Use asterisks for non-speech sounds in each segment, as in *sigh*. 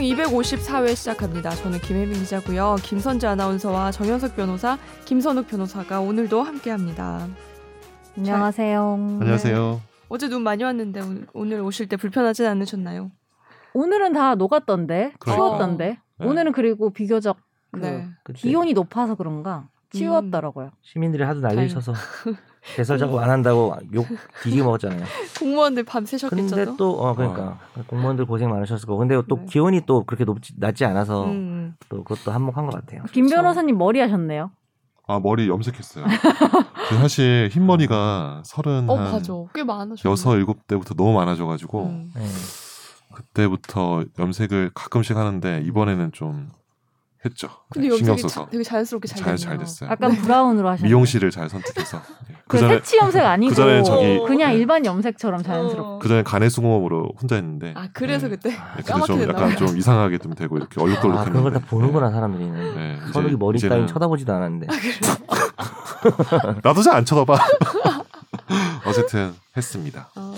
254회 시작합니다. 저는 김혜민 기자고요. 김선재 아나운서와 정현석 변호사, 김선욱 변호사가 오늘도 함께합니다. 안녕하세요. 네. 네. 안녕하세요. 어제 눈 많이 왔는데 오- 오늘 오실 때 불편하진 않으셨나요? 오늘은 다 녹았던데, 그러니까. 추웠던데. 네. 오늘은 그리고 비교적 그 네. 그치. 기온이 높아서 그런가 치웠더라고요. 시민들이 하도 난리를 다행이다. *laughs* 쳐서 개설 작업 안 한다고 욕 *laughs* 뒤지게 먹었잖아요. 공무원들 밤 새셨겠죠? 근데 또 어 그러니까 공무원들 고생 많으셨을 거고 근데 또 네. 기온이 또 그렇게 높지 낮지 않아서 음. 또 그것도 한몫한 것 같아요. 김 그쵸. 변호사님 머리 하셨네요. 아 *laughs* 머리 염색했어요. 저그 사실 흰 머리가 서른 어, 한 맞아. 꽤 많으셨어요. 여섯 일곱 어, 때부터 너무 많아져가지고 음. 네. 그때부터 염색을 가끔씩 하는데 이번에는 좀 했죠. 근데 네, 염색이 신경 자, 써서 되게 자연스럽게 잘, 잘 됐네요. 잘 됐어요. 아까 브라운으로 하셨어요. 미용실을 잘 선택해서 예. 그 그전에 색치 염색 아니고 그전에 저기- 그냥 일반 염색처럼 자연스럽게. 어. 그전에 간의 수공업으로 혼자 했는데 아, 그래서 예. 그때 예, 근데 까맣게 좀 됐나 약간 봐요. 좀 이상하게 좀 되고 이렇게 얼룩덜룩 아 그런 걸 다 했는데 보는구나 사람들이는. 네, 이제- 서로이 머리 이제는- 따윈 쳐다보지도 않았는데. 아, 예. 나도 잘 안 쳐다봐. *laughs* 어쨌든 했습니다. 아.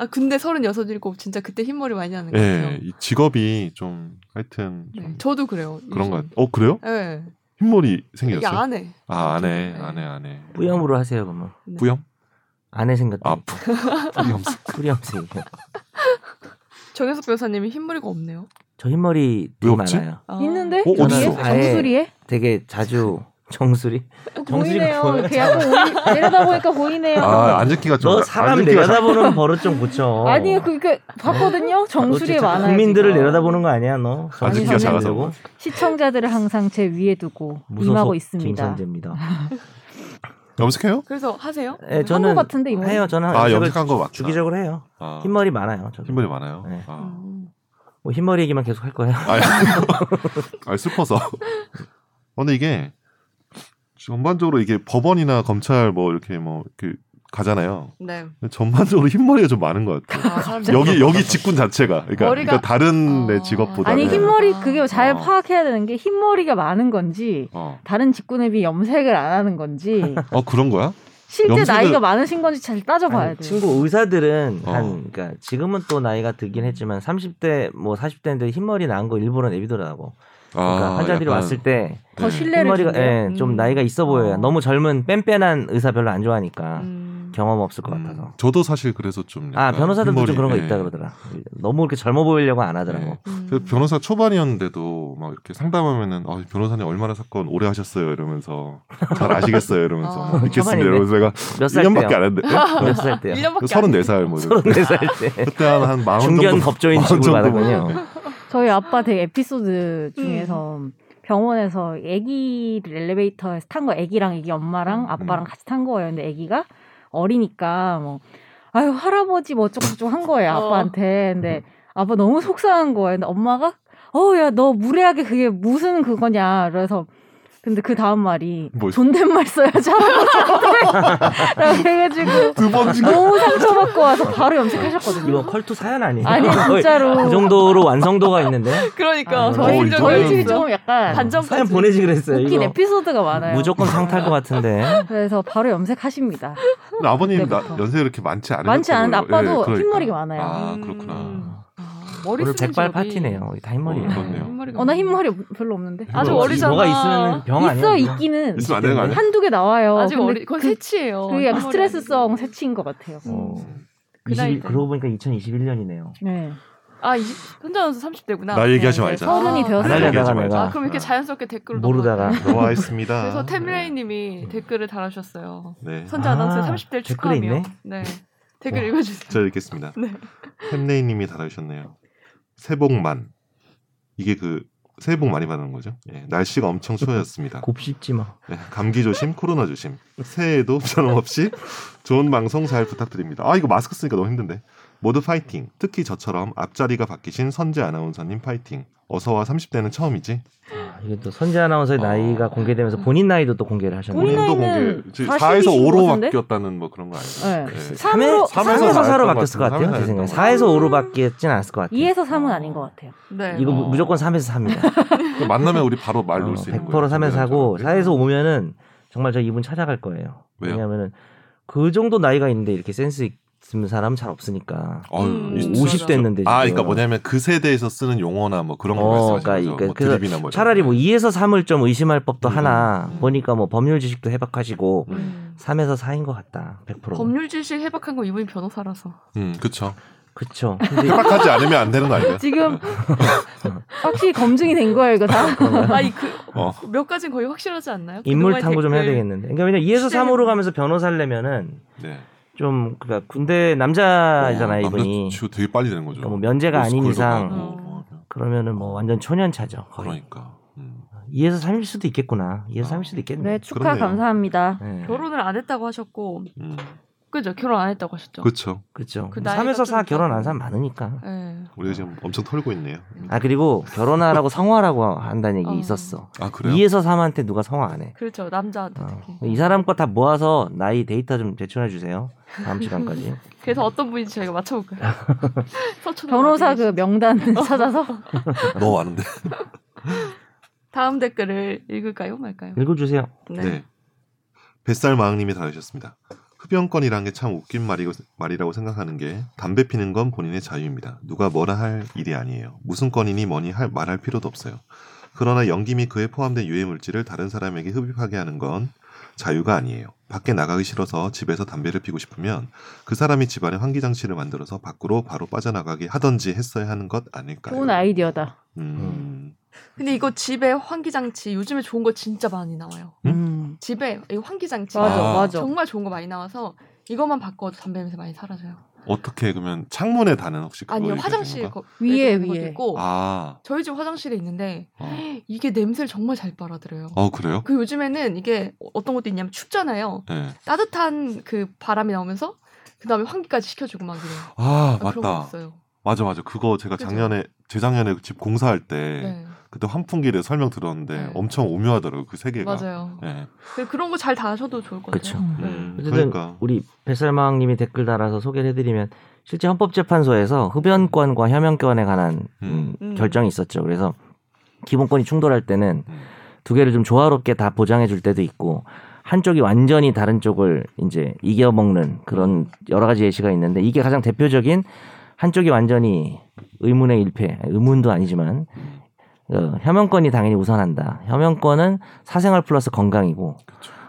아, 근데 36, 7 진짜 그때 흰머리 많이 하는 것 같아요. 예, 이 직업이 좀 하여튼 좀 네. 저도 그래요. 그런 것 요즘. 같- 어 그래요? 예. 흰머리 이게 생겼어요? 안 해. 아 안해 네. 안해 안해. 뿌염으로 하세요 그러면. 뿌염? 안에 생겼다. 아 뿌- *laughs* 뿌염. 뿌염색. 정현석 변호사님이 흰머리가 없네요. *laughs* 저 흰머리 왜 되게 없지? 많아요. 아. 있는데? 어, 어딨어? 여기에? 아예- 정수리에? 되게 자주 *laughs* 정수리. 어, 정수리가 보이네요. 보여요. 이렇게 약간 오이- 내려다보니까 보이네요. 아 앉기가 좀. 너 사람 앉기가 잘- 내려다보는 버릇 좀 고쳐. 어. 아니 그게 봤거든요. 정수리에 너 진짜 많아요. 국민들을 지금. 내려다보는 거 아니야 너. 아니, 정신 차려야 작아서. 되고. 시청자들을 항상 제 위에 두고 임하고 무소속 있습니다. 김선재입니다. 염색해요? 그래서 하세요? 네, 한 저는 것 같은데 *laughs* 이번에. 해요. 저는 아 염색을 염색한 거 맞다. 주기적으로 해요. 아, 흰머리 많아요. 저도. 흰머리 많아요. 네. 아, 음. 뭐 흰머리 얘기만 계속 할 거예요. 아, *laughs* 아 슬퍼서. *laughs* 어, 근데 이게 전반적으로 이게 법원이나 검찰 뭐 이렇게 뭐 이렇게 가잖아요. 네. 근데 전반적으로 흰머리가 좀 많은 것 같아요. 아, 사람들 여기 여기 직군 자체가 그러니까, 머리가- 그러니까 다른 어. 내 직업보다는 아니 흰머리 그게 잘 어. 파악해야 되는 게 흰머리가 많은 건지 어. 다른 직군에 비해 염색을 안 하는 *laughs* 건지 어 그런 거야? 실제 염색을- 나이가 많으신 건지 잘 따져봐야 아니, 돼요. 친구 의사들은 어. 한 그러니까 지금은 또 나이가 들긴 했지만 30대 뭐 40대인데 흰머리 난 거 일부러 내비더라고. 그러니까 환자들이 아, 약간- 왔을 때 더 네. 신뢰를 흰머리가 준대요. 예, 좀 음. 나이가 있어 보여요. 어. 너무 젊은 뺀뺀한 의사 별로 안 좋아하니까 음. 경험 없을 것 음, 같아서. 저도 사실 그래서 좀 아 약간 변호사들도 흰머리, 좀 그런 거 예. 있다 그러더라. 너무 이렇게 젊어 보이려고 안 하더라고. 네. 음. 그 변호사 초반이었는데도 막 이렇게 상담하면은 아, 변호사님 얼마나 사건 오래 하셨어요 이러면서 잘 아시겠어요 이러면서 아. 뭐 믿겠습니다 초반인데. 이러면서 내가 몇 살 1년밖에 때요? 아, 안 했는데 몇 살 때요? 1년밖에 그 34살 뭐 이런. 34살 때. 그때 한한 마흔 중견 정도 법조인 마흔 직을 정도 받았군요. 저희 아빠 되게 에피소드 음. 중에서 병원에서 아기를 엘리베이터에서 탄 거, 아기랑 아기 엄마랑 아빠랑 음. 같이 탄 거예요. 근데 아기가 어리니까 뭐 아유 할아버지 뭐 어쩌고저쩌고 한 거예요 어. 아빠한테. 근데 아빠 너무 속상한 거예요. 근데 엄마가 어 야 너 무례하게 그게 무슨 그거냐. 그래서 근데 그 다음 말이 뭐- 존댓말 써야지 *laughs* 할아버지한테 *laughs* 해가지고 두번 지금 너무 상처받고 와서 바로 염색하셨거든요. 이거 컬투 사연 아니에요? *laughs* 아니 진짜로 그 정도로 완성도가 있는데 그러니까 아, 저희 어, 집이 저희 집이 그랬어요. 좀 약간 반전까지. 사연 보내지 그랬어요. 웃긴 이거 에피소드가 많아요. 무조건 상탈 *laughs* 것 같은데. 그래서 바로 염색하십니다. 아버님 나, 네. 그때부터. 연세 이렇게 많지 않은 네, 많지 않은데 아빠도 흰머리가 많아요. 아 음. 그렇구나. 아, 머리 오늘 쓰는 백발 직업이- 파티네요. 다 어, 흰머리예요. 그렇네요. 흰머리가 어, 나 많네. 흰머리 별로 없는데. 아주 뭐가- 어리잖아. 뭐가 있으면 병 아니야? 있어, 그냥? 있기는. 있으면 안 되는 거 아니야? 한두 개 나와요. 아직 근데 어리. 그건 그, 새치예요. 그게 약간 흰머리 스트레스성 아니고. 새치인 것 같아요. 어, 음. 그 20 나이 때. 그러고 보니까 2021년이네요. 네. 아, 이, 혼자 나서 30대구나. 나 얘기하지 네, 말자. 서른이 아, 되었어요. 안 하려다가 내가 아, 그럼 이렇게 자연스럽게 댓글로 모르다가 넘어가요. 너와 있습니다. 그래서 템레이 님이 댓글을 달아주셨어요. 아. 네. 선재 아나운서 아, 30대를 댓글에 축하하며. 있네. 네. 댓글 와. 읽어주세요. 제가 읽겠습니다. 네. 햄레이님이 달아주셨네요. 새복만 이게 그 새해 복 많이 받는 거죠? 예, 날씨가 엄청 추워졌습니다. *laughs* 곱씹지 마. 네, 감기 조심, 코로나 조심. 새해에도 *laughs* 변함없이 좋은 방송 잘 부탁드립니다. 아 이거 마스크 쓰니까 너무 힘든데. 모두 파이팅. 특히 저처럼 앞자리가 바뀌신 선재 아나운서님 파이팅. 어서와 30대는 처음이지. 아, 이게 또 선재 아나운서의 어. 나이가 공개되면서 본인 나이도 또 공개를 본인 하셨네요. 나이- 본인도 나이는 공개. 40 4에서 이신 것 5로 같은데? 바뀌었다는 뭐 그런 거 아니에요? 네. 네. 삼으로- 삼에서 3에서 4로 나왔던 바뀌었을 것것 같아요. 같은데. 제 생각에 삼에서 4에서 5로 바뀌진 않을 것 같아요. 2에서 3은 아닌 것 같아요. 네. 이거 어. 무- 무조건 3에서 4입니다. 만나면 우리 바로 말 어, 놓을 수 있는 거예요. 그렇죠. 100% 3에서 4고 4에서 5면은 정말 저 이분 찾아가갈 거예요. 왜요? 왜냐면은 그 정도 나이가 있는데 이렇게 센스 있- 쓰는 사람 잘 없으니까. 어휴, 음. 이- 50 됐는데 아, 지금. 그러니까 뭐냐면 그 세대에서 쓰는 용어나 뭐 그런 거 어, 말씀하시는 그러니까 거죠. 뭐 그래서 드립이나 뭐 이런 차라리 거. 뭐 2에서 3을 좀 의심할 법도 음. 하나 음. 보니까 뭐 법률 지식도 해박하시고 음. 3에서 4인 것 같다. 100%. 법률 지식 해박한 거 이분이 변호사라서. 음, 그쵸. *laughs* 그쵸. 근데 협박하지 않으면 안 되는 거 *laughs* 아니에요? 지금 *laughs* 확실히 검증이 된 거예요 이거 다. 아니 *laughs* 그몇 어. 가지는 거의 확실하지 않나요? 인물 그동안의 탐구 좀 해야 댓글. 되겠는데. 그러니까 왜냐면 2에서 시대는- 3으로 가면서 변호사를 내면은 네. 좀 그니까 군대 남자잖아요 어, 이분이. 남자친구 되게 빨리 되는 거죠. 그러니까 뭐 면제가 아닌 로스쿨도 이상 가고 음. 뭐 하면. 그러면은 뭐 완전 초년차죠. 거의. 그러니까. 음. 2에서 3일 수도 있겠구나. 2에서 3일 수도 네 있겠네. 축하 그렇네요. 감사합니다. 네. 어, 결혼을 안 했다고 하셨고 음. 그죠 결혼 안 했다고 하셨죠. 그렇죠. 그렇죠. 그 나이가 3에서 4 좀 결혼 안 있다고. 사람 많으니까. 예. 우리가 지금 엄청 털고 있네요. 음. 아 그리고 결혼하라고 성화라고 한다는 얘기 어. 있었어. 아, 그래요? 2에서 3한테 누가 성화 안 해. 그렇죠 남자한테 어. 특히. 이 사람 거 다 모아서 나이 데이터 좀 제출해 주세요. *laughs* 다음 시간까지. 그래서 어떤 분인지 저희가 맞춰볼까요? *laughs* 서초동 변호사 어디 그 명단 *laughs* 찾아서 너무 아는데. 그 다음 댓글을 읽을까요 말까요? 읽어주세요. 네. 네. 뱃살 마왕님이 다루셨습니다. 흡연권이란 게 참 웃긴 말이고, 말이라고 생각하는 게 담배 피는 건 본인의 자유입니다. 누가 뭐라 할 일이 아니에요. 무슨 건이니 뭐니 할, 말할 필요도 없어요. 그러나 연기 및 그에 포함된 유해 물질을 다른 사람에게 흡입하게 하는 건 자유가 아니에요. 밖에 나가기 싫어서 집에서 담배를 피고 싶으면 그 사람이 집안에 환기 장치를 만들어서 밖으로 바로 빠져나가게 하던지 했어야 하는 것 아닐까요? 좋은 아이디어다. 음. 근데 이거 집에 환기 장치 요즘에 좋은 거 진짜 많이 나와요. 음. 집에 이 환기 장치 맞아 아. 맞아. 정말 좋은 거 많이 나와서 이것만 바꿔도 담배 냄새 많이 사라져요. 어떻게 그러면 창문에 다는 혹시 그거 아니요 읽혀지는 화장실 건가? 거 네, 위에, 있는 것도 위에. 있고 아, 저희 집 화장실에 있는데 어. 이게 냄새를 정말 잘 빨아들여요. 어 그래요? 그 요즘에는 이게 어떤 것도 있냐면 춥잖아요. 네. 따뜻한 그 바람이 나오면서 그 다음에 환기까지 시켜주고 막 그래요. 아 그런 거 맞다. 있어요. 맞아 맞아 그거 제가 그죠? 작년에 재작년에 집 공사할 예. 때 네, 그때 환풍기에 대해 설명 들었는데 네. 엄청 오묘하더라고 요그 세계가. 맞아요. 예. 근데 그런 거 잘 다 하셔도 좋을 것 같아요. 그렇죠. 음. 음, 어쨌든 그러니까 우리 뱃살마왕님이 댓글 달아서 소개를 해드리면 실제 헌법재판소에서 흡연권과 혐연권에 관한 음, 음. 결정이 있었죠. 그래서 기본권이 충돌할 때는 음. 두 개를 좀 조화롭게 다 보장해 줄 때도 있고 한쪽이 완전히 다른 쪽을 이제 이겨먹는 그런 여러 가지 예시가 있는데 이게 가장 대표적인 한쪽이 완전히 의문의 일패, 의문도 아니지만 어, 혐연권이 당연히 우선한다. 혐연권은 사생활 플러스 건강이고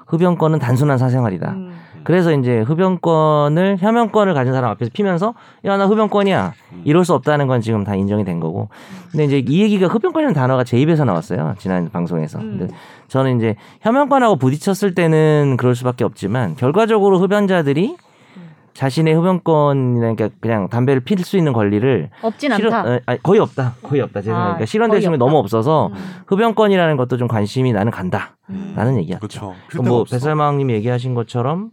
흡연권은 단순한 사생활이다. 음. 그래서 이제 흡연권을 혐연권을 가진 사람 앞에서 피면서 야 나 흡연권이야 음. 이럴 수 없다는 건 지금 다 인정이 된 거고 근데 이제 이 얘기가 흡연권이라는 단어가 제 입에서 나왔어요 지난 방송에서 음. 근데 저는 이제 혐연권하고 부딪혔을 때는 그럴 수밖에 없지만 결과적으로 흡연자들이 음. 자신의 흡연권 그러니까 그냥 담배를 피울 수 있는 권리를 없진 실현- 않다. 어, 아니, 거의 없다 거의 없다 아, 죄송합니다 거의 실현되는 게 없다. 너무 없어서 음. 흡연권이라는 것도 좀 관심이 나는 간다 음. 라는 얘기야 그렇죠. 그럼 뭐 뱃살마왕님이 얘기하신 것처럼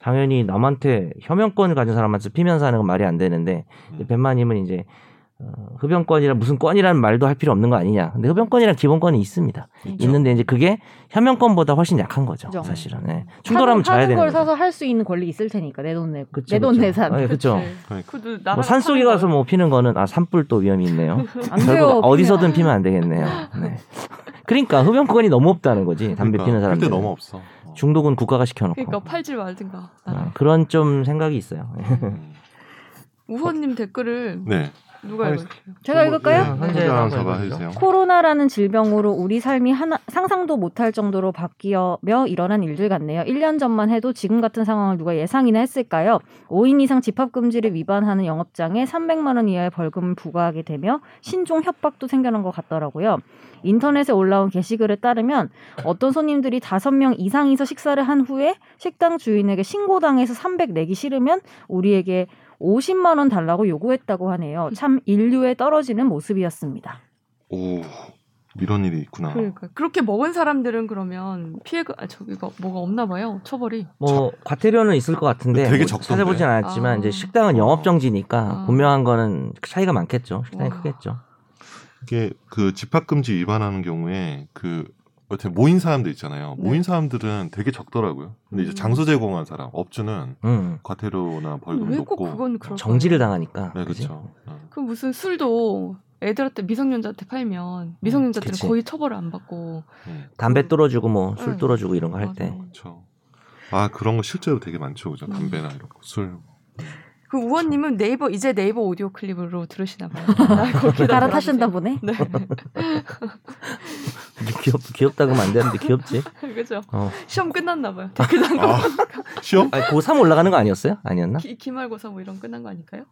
당연히 남한테 혐연권을 가진 사람한테 피면서 하는 건 말이 안 되는데 음. 뱃마님은 이제 어, 흡연권이란 무슨 권이라는 말도 할 필요 없는 거 아니냐. 근데 흡연권이란 기본권이 있습니다. 있는데 이제 그게 혐연권보다 훨씬 약한 거죠. 그죠. 음. 사실은 네. 충돌하면 하는- 자야 하는 되는 걸 거죠. 사서 할 수 있는 권리 있을 테니까 내 돈 내고 그쵸, 내 돈 그쵸. 내산. 네, 그렇죠. 그치. 그러니까. 그래도 뭐 나라가 산속에 사는 가서 뭐 피는 거는 아 산불 또 위험이 있네요. 안 돼요. 결국 피면. 어디서든 피면 안 되겠네요. 네. 그러니까 흡연권이 너무 없다는 거지 담배 그러니까 피는 필때 사람들. 너무 없어. 어. 중독은 국가가 시켜놓고. 그러니까 팔질 말든가. 아, 그런 좀 생각이 있어요. 네. 음. 우헌님 댓글을 네. 누가 읽을까요? 제가 읽을까요? 네, 네. 한장 잡아 해주세요. 코로나라는 질병으로 우리 삶이 하나, 상상도 못할 정도로 바뀌며 일어난 일들 같네요. 1년 전만 해도 지금 같은 상황을 누가 예상이나 했을까요? 5인 이상 집합금지를 위반하는 영업장에 300만 원 이하의 벌금을 부과하게 되며 신종 협박도 생겨난 것 같더라고요. 인터넷에 올라온 게시글에 따르면 어떤 손님들이 5명 이상이서 식사를 한 후에 식당 주인에게 신고당해서 300 내기 싫으면 우리에게 50만 원 달라고 요구했다고 하네요. 참 인류에 떨어지는 모습이었습니다. 오 이런 일이 아. 있구나. 그러니까 그렇게 먹은 사람들은 그러면 피해가 아, 저기가 뭐가 없나 봐요 처벌이. 뭐 과태료는 있을 것 같은데 되게 뭐 적던데. 찾아보진 않았지만 아. 이제 식당은 영업 정지니까 아. 분명한 거는 차이가 많겠죠. 식당이 와. 크겠죠. 이게 그 집합금지 위반하는 경우에 그 어쨌든 모인 사람들 있잖아요. 네. 모인 사람들은 되게 적더라고요. 근데 이제 음. 장소 제공한 사람 업주는 음. 과태료나 벌금이 왜 높고. 꼭 그건 그럴까요? 정지를 당하니까. 네 그치? 그렇죠. 어. 그 무슨 술도 애들한테 미성년자한테 팔면 미성년자들은 그치. 거의 처벌을 안 받고. 음. 담배 뚫어주고 뭐 술 응. 뚫어주고 이런 거 할 때. 맞아. 그렇죠. 아 그런 거 실제로 되게 많죠, 그죠? 음. 담배나 이런 거, 술. 그 우원님은 네이버 이제 네이버 오디오 클립으로 들으시나 *laughs* 봐요. 네. 나 거기다 따라타신다 들어주세요. 보네. 네, *laughs* 귀엽 귀엽다고 하면 안 되는데 귀엽지. 그죠. 어. 시험 끝났나 봐요. 댓글 단 거. 아, *laughs* 시험? 아니, 고3 올라가는 거 아니었어요? 아니었나? 기, 기말고사 뭐 이런 끝난 거 아닐까요?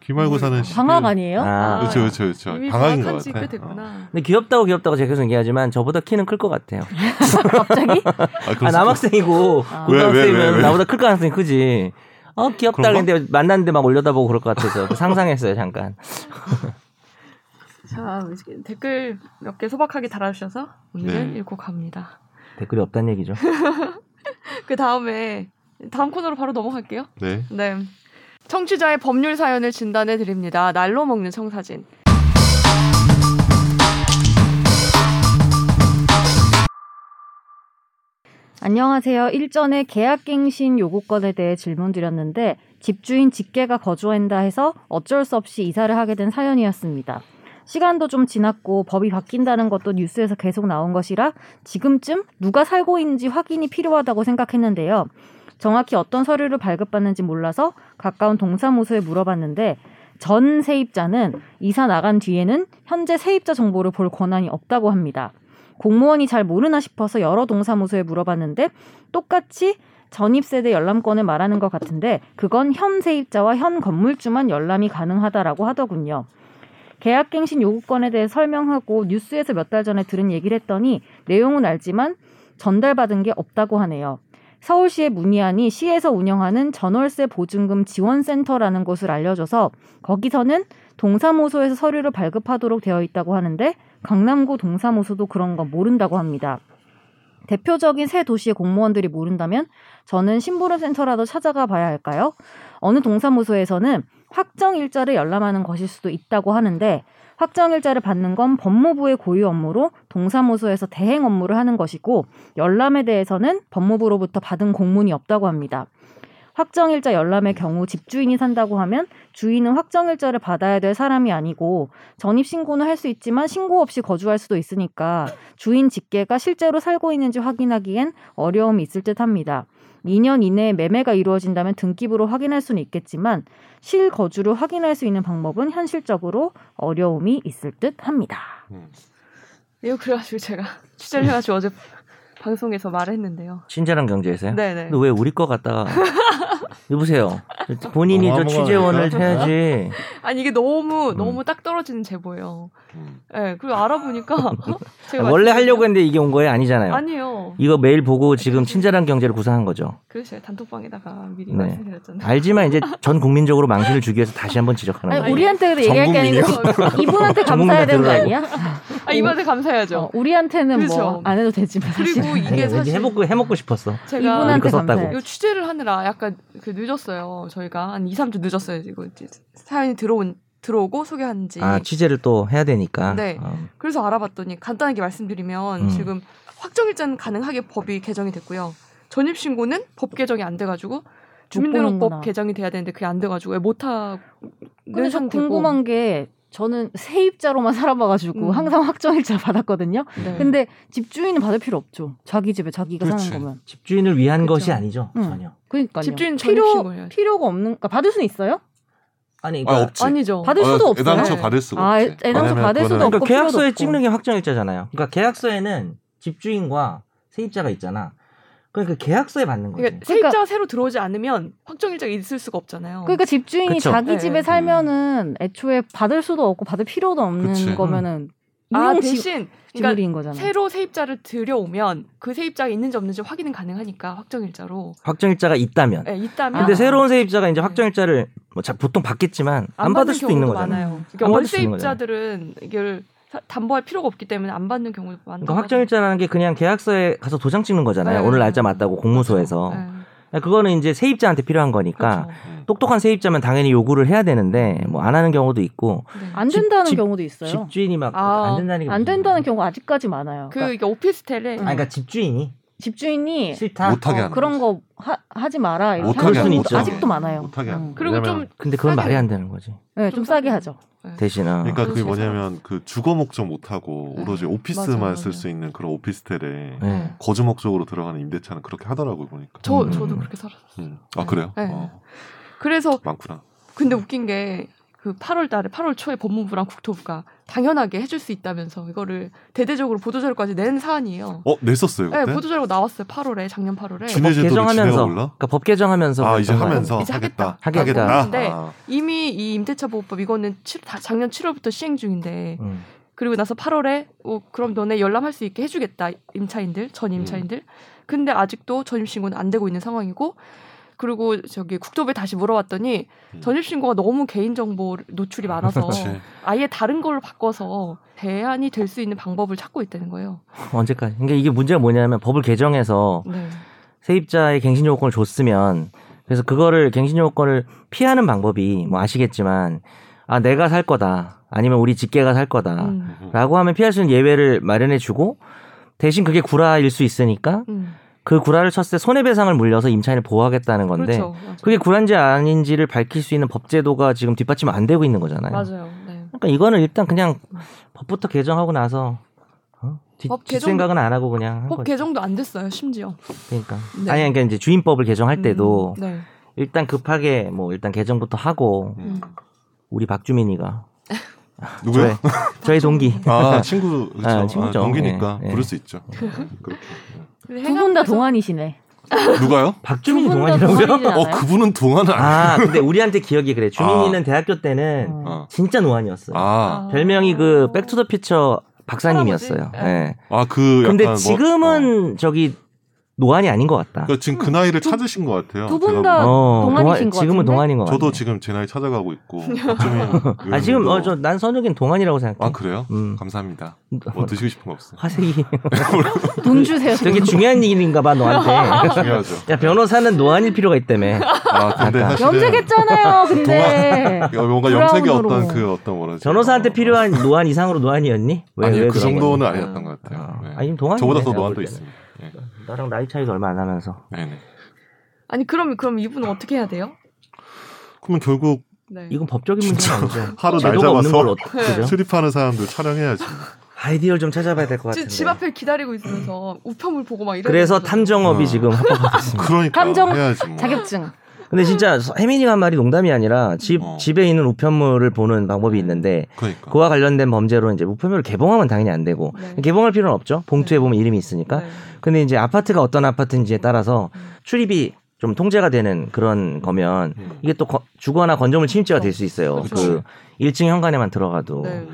기말고사는 방학 네. 아니에요? 아. 그렇죠, 그렇죠, 그렇죠. 이미 방학인 것 방학한 지 같아요. 어. 꽤 됐구나. 근데 귀엽다고 귀엽다고 제가 계속 얘기하지만 저보다 키는 클 것 같아요. *laughs* 갑자기? 아, 아, 남학생이고 아. 왜, 왜, 왜, 고등학생이면 왜? 나보다 클 가능성이 크지. 어 귀엽다 그런가? 근데 만났는데 막 올려다보고 그럴 것 같아서 상상했어요 잠깐. 어. 자 이제 댓글 몇 개 소박하게 달아주셔서 오늘은 네. 읽고 갑니다. 댓글이 없다는 얘기죠. 그 다음에 다음 코너로 바로 넘어갈게요. 네. 네. 청취자의 법률 사연을 진단해 드립니다. 날로 먹는 청사진. 안녕하세요. 일전에 계약갱신 요구건에 대해 질문드렸는데 집주인 직계가 거주한다 해서 어쩔 수 없이 이사를 하게 된 사연이었습니다. 시간도 좀 지났고 법이 바뀐다는 것도 뉴스에서 계속 나온 것이라 지금쯤 누가 살고 있는지 확인이 필요하다고 생각했는데요. 정확히 어떤 서류를 발급받는지 몰라서 가까운 동사무소에 물어봤는데 전 세입자는 이사 나간 뒤에는 현재 세입자 정보를 볼 권한이 없다고 합니다. 공무원이 잘 모르나 싶어서 여러 동사무소에 물어봤는데 똑같이 전입세대 열람권을 말하는 것 같은데 그건 현 세입자와 현 건물주만 열람이 가능하다라고 하더군요. 계약갱신 요구권에 대해 설명하고 뉴스에서 몇 달 전에 들은 얘기를 했더니 내용은 알지만 전달받은 게 없다고 하네요. 서울시에 문의하니 시에서 운영하는 전월세 보증금 지원센터라는 곳을 알려줘서 거기서는 동사무소에서 서류를 발급하도록 되어 있다고 하는데 강남구 동사무소도 그런 건 모른다고 합니다. 대표적인 새 도시의 공무원들이 모른다면 저는 신보름센터라도 찾아가 봐야 할까요? 어느 동사무소에서는 확정 일자를 열람하는 것일 수도 있다고 하는데 확정 일자를 받는 건 법무부의 고유 업무로 동사무소에서 대행 업무를 하는 것이고 열람에 대해서는 법무부로부터 받은 공문이 없다고 합니다. 확정일자 열람의 경우 집주인이 산다고 하면 주인은 확정일자를 받아야 될 사람이 아니고 전입 신고는 할 수 있지만 신고 없이 거주할 수도 있으니까 주인 직계가 실제로 살고 있는지 확인하기엔 어려움이 있을 듯합니다. 2년 이내에 매매가 이루어진다면 등기부로 확인할 수는 있겠지만 실거주를 확인할 수 있는 방법은 현실적으로 어려움이 있을 듯합니다. 음, 이거 그래가지고 제가 *laughs* 취재를 해가지고 어제 방송에서 말을 했는데요. 친절한 경제에서요. 네네. 근데 왜 우리 거 같다가 여보세요. 본인이 너무 저 아무거나 취재원을 아닐까? 해야지. 아니 이게 너무 음. 너무 딱 떨어지는 제보예요. 음. 예. 그리고 알아보니까 *laughs* *laughs* 제가 원래 말씀드린 하려고 했는데 이게 온 거예요? 아니잖아요. 아니요. 이거 매일 보고 지금 친절한 경제를 구상한 거죠. 그래서 제가 단톡방에다가 미리 네. 말씀드렸잖아요. 알지만 이제 전 국민적으로 망신을 주기 위해서 다시 한번 지적하는 아니, 거예요. 우리한테 그래도 얘기할 게 아니고 *laughs* 이분한테 감사해야 되는 거 아니야? 아 이번에 감사해야죠. 어, 우리한테는 뭐 그렇죠. 안 해도 되지만 사실. 그리고 이게 아니, 왠지 사실 해먹고 해먹고 싶었어. 제가 그, 이분한테 우리 거 썼다고. 감사해요. 요 취재를 하느라 약간 그 늦었어요. 저희가 한 2, 3주 늦었어요. 이거 이제 사연이 들어온 들어오고 소개한 지. 아 취재를 또 해야 되니까. 네. 어. 그래서 알아봤더니 간단하게 말씀드리면 음. 지금 확정일자는 가능하게 법이 개정이 됐고요. 전입 신고는 법 개정이 안 돼가지고 보는구나. 주민등록법 개정이 돼야 되는데 그게 안 돼가지고 못 하는 근데 저 상태고. 궁금한 게 저는 세입자로만 살아봐가지고 음. 항상 확정일자 받았거든요. 네. 근데 집주인은 받을 필요 없죠. 자기 집에 자기가 그렇지. 사는 거면. 집주인을 위한 그렇죠. 것이 아니죠 음. 전혀. 그러니까요. 집주인 필요 전입신고 해야죠. 필요가 없는. 그러니까 받을 수는 있어요? 아니 아, 그러니까, 없지. 아니죠. 받을 수도 어, 없어요. 애당초 받을 수가 아, 없지. 애당초 왜냐면 받을 수도 그거는 없고. 그러니까 계약서에 필요도 없고. 찍는 게 확정일자잖아요. 그러니까 계약서에는 집주인과 세입자가 있잖아. 그러니까 계약서에 받는 거지. 그러니까 세입자가 새로 들어오지 않으면 확정일자가 있을 수가 없잖아요. 그러니까 집주인이 그쵸. 자기 네. 집에 살면은 애초에 받을 수도 없고 받을 필요도 없는 그치. 거면은 아 이용 지- 대신 그러니까 지물인 거잖아요. 새로 세입자를 들여오면 그 세입자가 있는지 없는지 확인은 가능하니까 확정일자로 확정일자가 있다면. 예, 있다면 근데 아. 새로운 세입자가 이제 확정일자를 뭐 자- 보통 받겠지만 안, 받을 수도 있는 경우도 거잖아요. 많아요. 안 그러니까 받을 수도 있는 월세입자들은 이걸 사- 담보할 필요가 없기 때문에 안 받는 경우도 많다. 그러니까 확정일자라는 게 그냥 계약서에 가서 도장 찍는 거잖아요. 네. 그렇죠. 오늘 날짜 맞다고 공무소에서. 그러니까 그거는 이제 세입자한테 필요한 거니까 네, 음. 똑똑한 세입자면 당연히 요구를 해야 되는데 뭐 안 하는 경우도 있고 그렇죠. 네. 안 된다는 집- 집- 경우도 있어요. 집주인이 막 안 아, 된다는 게 안 무슨 된다는 말이야. 경우가 아직까지 많아요. 그 그러니까 이게 오피스텔에 아니, 그러니까 집주인이 집주인이 싫다. 못하게 어, 하는 그런 거 하, 지 마라 이렇게 못하게 하는 하는 경우도 거죠. 아직도 많아요. 못하게 하는 음. 거. 그리고 좀 왜냐면- 근데 그건 싸게- 말이 안 되는 거지. 네, 좀 싸게 하죠. 대신 어. 그러니까 그게 그런 세상. 뭐냐면 그 주거 목적 못 하고 네. 오로지 맞아요, 오피스만 쓸 맞아요. 수 있는 그런 오피스텔에 음. 네. 거주 목적으로 들어가는 임대차는 그렇게 하더라고요 보니까. 저 음. 저도 그렇게 살았어요. 음. 아 그래요? 네. 어, 그래서 많구나. 근데 웃긴 게 그 8월 달에 8월 초에 법무부랑 국토부가 당연하게 해줄 수 있다면서 이거를 대대적으로 보도자료까지 낸 사안이에요. 어 냈었어요 네, 그때. 보도자료 나왔어요. 8월에 작년 네. 8월에 주- 김혜진 노래 지내가 개정하면서 올라? 뭐 그러니까 법 개정하면서 아 이제 그랬던 거예요. 하면서 이제 하겠다. 하겠다. 근데 아, 이미 이 임대차 보호법 이거는 칠- 다- 작년 7월부터 시행 중인데 음. 그리고 나서 8월에 어, 그럼 너네 열람할 수 있게 해주겠다 임차인들 전 음. 임차인들 근데 아직도 전입신고는 안 되고 있는 상황이고 그리고 저기 국토부에 다시 물어봤더니 음. 전입신고가 너무 개인정보 노출이 *laughs* 많아서 그치. 아예 다른 걸로 바꿔서 대안이 될 수 있는 방법을 찾고 있다는 거예요. 언제까지? 그러니까 이게 문제가 뭐냐면 법을 개정해서 네. 세입자의 갱신 요건을 줬으면 그래서 그거를 갱신 요건을 피하는 방법이 뭐 아시겠지만 아 내가 살 거다 아니면 우리 직계가 살 거다라고 음, 하면 피할 수 있는 예외를 마련해주고 대신 그게 구라일 수 있으니까 음. 그 구라를 쳤을 때 손해배상을 물려서 임차인을 보호하겠다는 건데 그렇죠. 맞아요. 그게 구란지 아닌지를 밝힐 수 있는 법제도가 지금 뒷받침 안 되고 있는 거잖아요. 맞아요. 네. 그러니까 이거는 일단 그냥 법부터 개정하고 나서 어? 뒷, 법 개정- 생각은 안 하고 그냥 한 법 거죠. 개정도 안 됐어요. 심지어. 그러니까 네. 아니 그러니까 이제 주임법을 개정할 때도 음, 네. 일단 급하게 뭐 일단 개정부터 하고 음. 우리 박주민이가 누구야? 저의, 저의 *laughs* 동기 아 친구 그쵸. 아, 아, 친구죠. 동기니까 예, 예. 부를 수 있죠. 그렇게. 두 분 다 동안이시네. 누가요? *laughs* 박주민이 두분다 동안이라고요? *laughs* 동안이잖아요. 어 그분은 동안은 아니. 아 근데 우리한테 기억이 그래 주민이는 대학교 때는 어. 아. 진짜 노안이었어요. 아, 별명이 그 백투더피처 박사님이었어요. 할아버지? 예. 아그 약간 근데 뭐- 어. 지금은 저기 노안이 아닌 것 같다. 그러니까 지금 그 나이를 음, 두- 찾으신 것 같아요. 두분 제가 다- 보면. 동안이신 어, 동안- 것 지금은 같은데? 동안인 것 같아요. 저도 지금 제 나이 찾아가고 *laughs* 있고. 박주민 네. 아 의원님도- 지금 어 저 난 선욱이는 동안이라고 생각해. 아 그래요? 음. 감사합니다. 뭐 드시고 싶은 거 없어요? *laughs* 화색이 돈 주세요. 되게 중요한 일인가 봐 아. 너한테. 중요하죠. 야 변호사는 노안일 *laughs* 필요가 있다며. 아 근데 약간. 사실은 *laughs* 염색했잖아요. 근데 뭔가 염색이 브라운으로. 어떤 그 어떤 뭐라 변호사한테 필요한 노안 이상으로 노안이었니? 왜, 아니 왜 그 그런 정도는 거니? 아니었던 것 같아요. 아, 네. 아니 동안 저보다 더 노안도 있습니다. 예. 나랑 나이 차이가 얼마 안 나면서 네네. 아니 그럼 그럼 이분은 어떻게 해야 돼요? 그러면 결국 네. 이건 법적인 문제는 아니죠. *laughs* 하루 날 제도가 없는 걸 잡아서 네. 어떻게 그죠? 출입하는 사람들 촬영해야지. 아이디어를 좀 찾아봐야 될 것 지- 같은데. 집 앞에 기다리고 있으면서 우편물 보고 막 이래. 그래서 탐정업이 어. 지금 합법화됐습니다. 그러니까 감정 해야지 뭐. 자격증. 근데 진짜 혜민이가 한 말이 농담이 아니라 집 어. 집에 있는 우편물을 보는 방법이 있는데 그러니까. 그와 관련된 범죄로 이제 우편물을 개봉하면 당연히 안 되고 네. 개봉할 필요는 없죠. 봉투에 네. 보면 이름이 있으니까. 근데 이제 아파트가 어떤 아파트인지에 따라서 출입이 좀 통제가 되는 그런 거면 음. 이게 또 거- 주거나 건조물 침입죄가 될 수 있어요. 그 그렇죠. 1층 현관에만 들어가도. 네.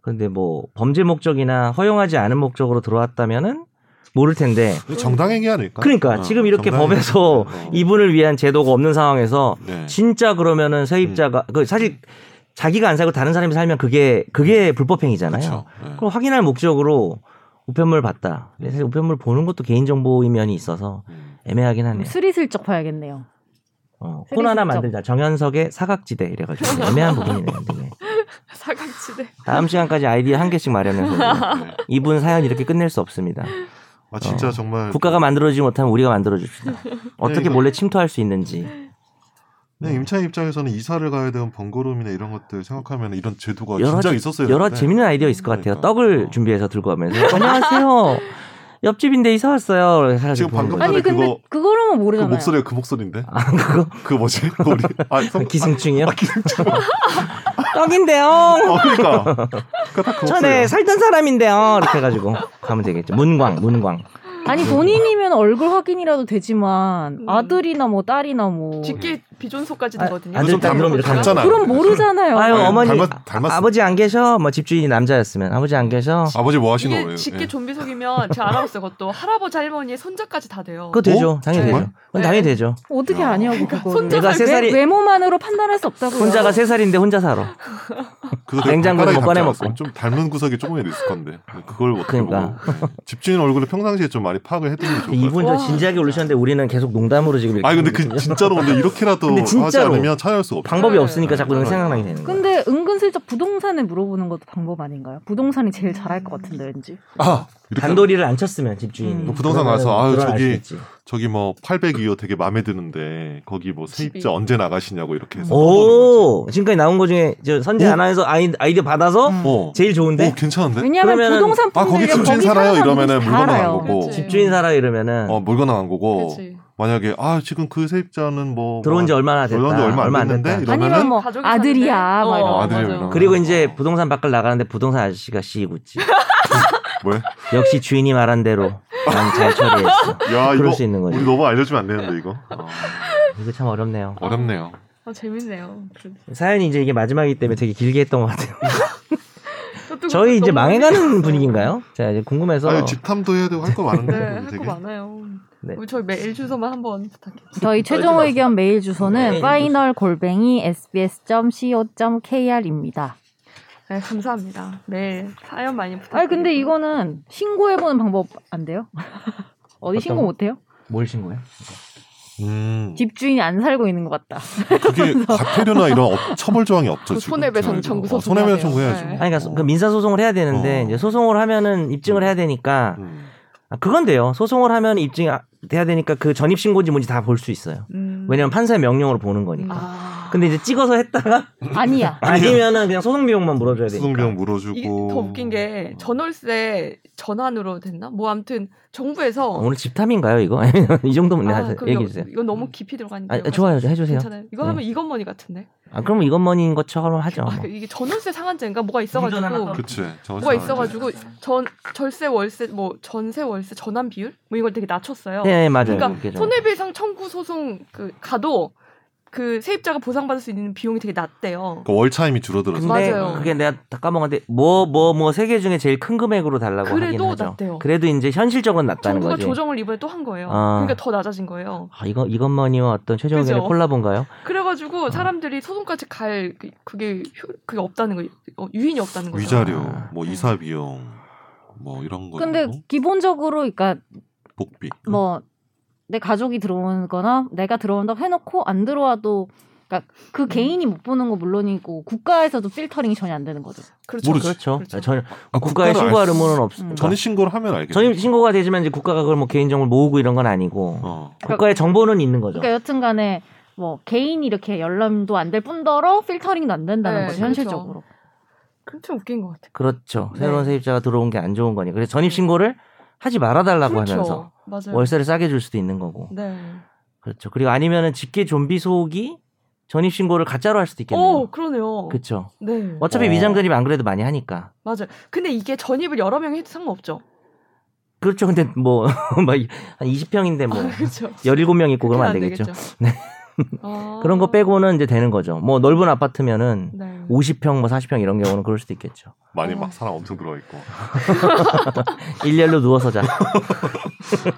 근데 뭐 범죄 목적이나 허용하지 않은 목적으로 들어왔다면은 모를 텐데. 이거 정당행위 아닐까? 그러니까 어, 지금 이렇게 정당행위. 법에서 어. 이분을 위한 제도가 없는 상황에서 *laughs* 네. 진짜 그러면은 세입자가 그 사실 자기가 안 살고 다른 사람이 살면 그게 그게 불법 행위잖아요. 그렇죠. 네. 그럼 확인할 목적으로 우편물 봤다. 근데 사실 우편물 보는 것도 개인정보 이면이 있어서 음. 애매하긴 하네요. 스리슬쩍 봐야겠네요. 어, 쓰리 코너 하나 슬쩍. 만들자. 정현석의 사각지대 이래가지고 애매한 부분이네요. 되게. 사각지대. 다음 시간까지 아이디어 한 개씩 마련해서 네. 이분 사연 이렇게 끝낼 수 없습니다. 아 진짜 어. 정말 국가가 만들어주지 못하면 우리가 만들어줍시다. 어떻게 네, 이거- 몰래 침투할 수 있는지. 네, 임차인 입장에서는 이사를 가야 되는 번거로움이나 이런 것들 생각하면 이런 제도가 여러 진작 지- 있었어요. 네. 여러 재밌는 아이디어 있을 것 같아요. 그러니까. 떡을 어. 준비해서 들고 가면서 안녕하세요. 옆집인데 이사 왔어요. 이렇게 해가지고 지금 보는 방금 거예요. 아니 아니, 근데 그거- 그거로만 그 모르잖아요. 목소리가 그 목소리인데? 아, 그거 그 뭐지? 그 *laughs* 우리 아, 성... 기생충이요? 아, 기생충. *laughs* 떡인데요. 어, 그러니까. 그러니까 딱그 전에 목소리. 살던 사람인데요. 이렇게 해가지고 가면 되겠죠. 문광, 문광. 아니 본인이면 얼굴 확인이라도 되지만 음. 아들이나 뭐 딸이나 뭐 직계 비존속까지 아, 되거든요. 안 좀 됐다. 닮- 그럼 이렇게 닮잖아. 그럼 모르잖아요. 아유 아니, 어머니 닮았- 닮았어. 아, 버지안 계셔 뭐 집주인이 남자였으면 아버지 안 계셔 아버지 뭐 하시는 이게 거예요? 직계 예. 좀비속이면 제가 알아봤어요. 그것도 할아버지 할머니의 손자까지 다 돼요. 그거 되죠 어? 당연히 정말? 되죠 그건 당연히 네. 되죠 어떻게 야. 아니하고 그거 손자- 내가 세 살이 외모만으로 판단할 수 네. 없다고요. 혼자가 세 살인데 혼자 살아 그거 되게 냉장고에서 발가락이 못 닮지 꺼내 않았어? 먹고. 좀 닮은 구석이 조금이라도 있을 건데 그걸 어떻게 그러니까. 보고 예. 집주인 얼굴을 평상시에 좀 많이 파악을 해두는 게 좋을 것 이분 저 와. 진지하게 올리셨는데 우리는 계속 농담으로 지금 이렇게 같아요. 아니 근데 하거든요. 그 진짜로 근데 이렇게라도 근데 하지 진짜로. 않으면 찾아올 수가 없어. 방법이 네. 없으니까 자꾸 이런 생각나게 되는 거예요 근데 은근슬쩍 부동산에 물어보는 것도 방법 아닌가요? 부동산이 제일 잘할 것 같은데 왠지. 아 이렇게 단도리를 안 쳤으면 집주인이 음. 부동산 그러면은 가서, 아유, 그걸 알 저기- 수 있지. 저기 뭐 802호 되게 마음에 드는데 거기 뭐 세입자 집이. 언제 나가시냐고 이렇게 해서. 어. 오 지금까지 나온 거 중에 저 선재 오. 아나에서 아이, 아이디어 받아서 음. 오. 제일 좋은데 오 괜찮은데? 왜냐하면 그러면은- 부동산 네? 아 거기 분들이 집주인 거기 사는 살아요 사람들이 이러면은 다 물건은 안 알아요. 거고 그치. 집주인 살아 이러면은 어 물건은 안 거고 그치. 만약에 아 지금 그 세입자는 뭐 들어온 지 얼마나 됐다. 들어온 지 얼마 안 됐는데 이런- 그러면은 아니면 뭐 가족이 아들이야 사는데? 막 이런 어, 거. 아들이야, 맞아요. 이런 거. 그리고 이제 부동산 밖을 나가는데 부동산 아저씨가 씨 웃지. 뭐야? 역시 주인이 말한 대로 난 잘 처리했어. 야 그럴 아, 이거 수 있는 거죠. 네. 우리 너무 알려주면 안 되는데 이거 어, 이거 참 어렵네요. 어렵네요. 아, 재밌네요. 그래도. 사연이 이제 이게 마지막이기 때문에 되게 길게 했던 것 같아요. 저도 저희 이제 너무 망해가는 분위기인가요? 제가 이제 궁금해서 아니 집탐도 해야 되고 할 거 많은데 네, 할 되게. 거 많아요. 네. 우리 저희 메일 주소만 한번 부탁해요. 저희 최종 의견 메일 주소는 아, 네. 파이널 골뱅이 sbs.co.kr입니다. 네, 감사합니다. 네, 사연 많이 부탁. 아니 근데 이거는 신고해보는 방법 안 돼요? *laughs* 어디 어떤 신고 거? 못해요? 뭘 신고해? 음, 집주인이 안 살고 있는 것 같다. 그게 과태료나 이런 업- 처벌 조항이 없죠 그 지금. 손해배상 저희가. 청구 어, 손해배상 소송하네요. 청구해야죠. 네. 아니 그러니까 소- 그 민사 소송을 해야 되는데 어. 이제 소송을 하면은 입증을 해야 되니까 음. 아, 그건 돼요. 소송을 하면 입증이 아- 돼야 되니까 그 전입 신고인지 뭔지 다 볼 수 있어요. 음. 왜냐면 그 판사의 명령으로 보는 거니까. 아. 근데 이제 찍어서 했다가 *laughs* 아니야. 아니면은 그냥 소송 비용만 물어줘야 되니까. 수송비용 이게 물어주고. 음. 더 웃긴 게 전월세 전환으로 됐나? 뭐 아무튼 정부에서 어, 오늘 집탐인가요 이거? *laughs* 아니면 이 정도면 네, 아, 하세요. 그럼 얘기해 이거- 주세요. 이건 너무 깊이 들어가니까. 아, 좋아요, 해주세요. 괜찮아요. 이거 네. 하면 이건 뭐니 같은데. 아, 그럼 이건 뭐인 것처럼 하죠. 아, 뭐. 이게 그 전월세 상한제인가 뭐가 있어가지고 그치. 저 뭐가 사람들. 있어가지고 전 절세 월세 뭐 전세 월세 전환 비율 뭐 이걸 되게 낮췄어요. 네, 네, 맞아요. 그러니까 그렇게 좀. 손해배상 청구 소송 그 가도 그 세입자가 보상받을 수 있는 비용이 되게 낮대요. 그 월차임이 줄어들었어. 근데 맞아요. 그게 내가 다 까먹었는데 뭐 뭐 뭐 세 개 중에 제일 큰 금액으로 달라고 그래도 하긴 하죠. 낮대요. 그래도 이제 현실적으로 낮다는 정부가 거지. 조정을 이번에 또 한 거예요. 아. 그러니까 더 낮아진 거예요. 아, 이거 이건 뭐니와 어떤 최종 그죠? 의견의 콜라본가요? 그래가지고 사람들이 소송까지 갈 그- 그게 효- 그게 없다는 거예요. 어, 유인이 없다는 거죠. 위자료, 아. 네. 뭐 이사 비용, 뭐 이런 거. 어? 근데 있고, 기본적으로 그러니까 복비. 뭐 내 가족이 들어오거나 내가 들어온다고 해놓고 안 들어와도 그러니까 그 개인이 못 보는 거 물론이고 국가에서도 필터링이 전혀 안 되는 거죠. 그렇죠. 모르지. 그렇죠. 그렇죠. 전혀 아, 국가에 국가를 신고할 알 수- 의무는 없어. 음. 전입 신고를 하면 알겠. 전입 신고가 되지만 이제 국가가 그걸 뭐 개인 정보를 모으고 이런 건 아니고 어. 국가의 정보는 있는 거죠. 그러니까 여튼간에 뭐 개인이 이렇게 열람도 안 될 뿐더러 필터링도 안 된다는 네, 거죠 그렇죠. 현실적으로. 엄청 웃긴 것 같아요. 그렇죠. 네. 새로운 세입자가 들어온 게 안 좋은 거니까. 그래서 전입 신고를 하지 말아달라고 하면서 그렇죠. 맞아요. 월세를 싸게 줄 수도 있는 거고. 네. 그렇죠. 그리고 아니면은 직계 좀비 속이 전입 신고를 가짜로 할 수도 있겠네요. 오, 어, 그러네요. 그렇죠. 네. 어차피 어. 위장 전입 안 그래도 많이 하니까. 맞아요. 근데 이게 전입을 여러 명이 해도 *laughs* 상관없죠. 그렇죠. 근데 뭐 *laughs* 한 20평인데 뭐 아, 그렇죠. 17명 있고 그러면 안 되겠죠. 네. 아. *laughs* 그런 거 빼고는 이제 되는 거죠. 뭐 넓은 아파트면은 네. 50평 뭐 40평 이런 경우는 그럴 수도 있겠죠. 많이 어. 막 사람 엄청 들어와 있고 일렬로 누워서 자.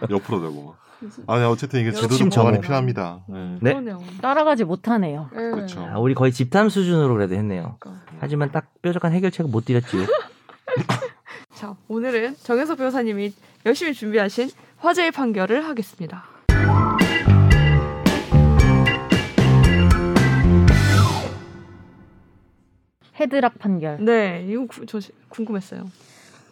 옆으로 되고. 아니 어쨌든 이게 제도적 지금 보완이 저거. 필요합니다. 음. 네. 네. 그러네요. 따라가지 못하네요. 네. 그러니까. 그렇죠. 아, 우리 거의 집탐 수준으로 그래도 했네요. 하지만 딱 뾰족한 해결책은 못 드렸지. 자, 오늘은 정현석 변호사님이 열심히 준비하신 화제의 판결을 하겠습니다. 헤드락 판결. 네, 이거 구- 저 시- 궁금했어요.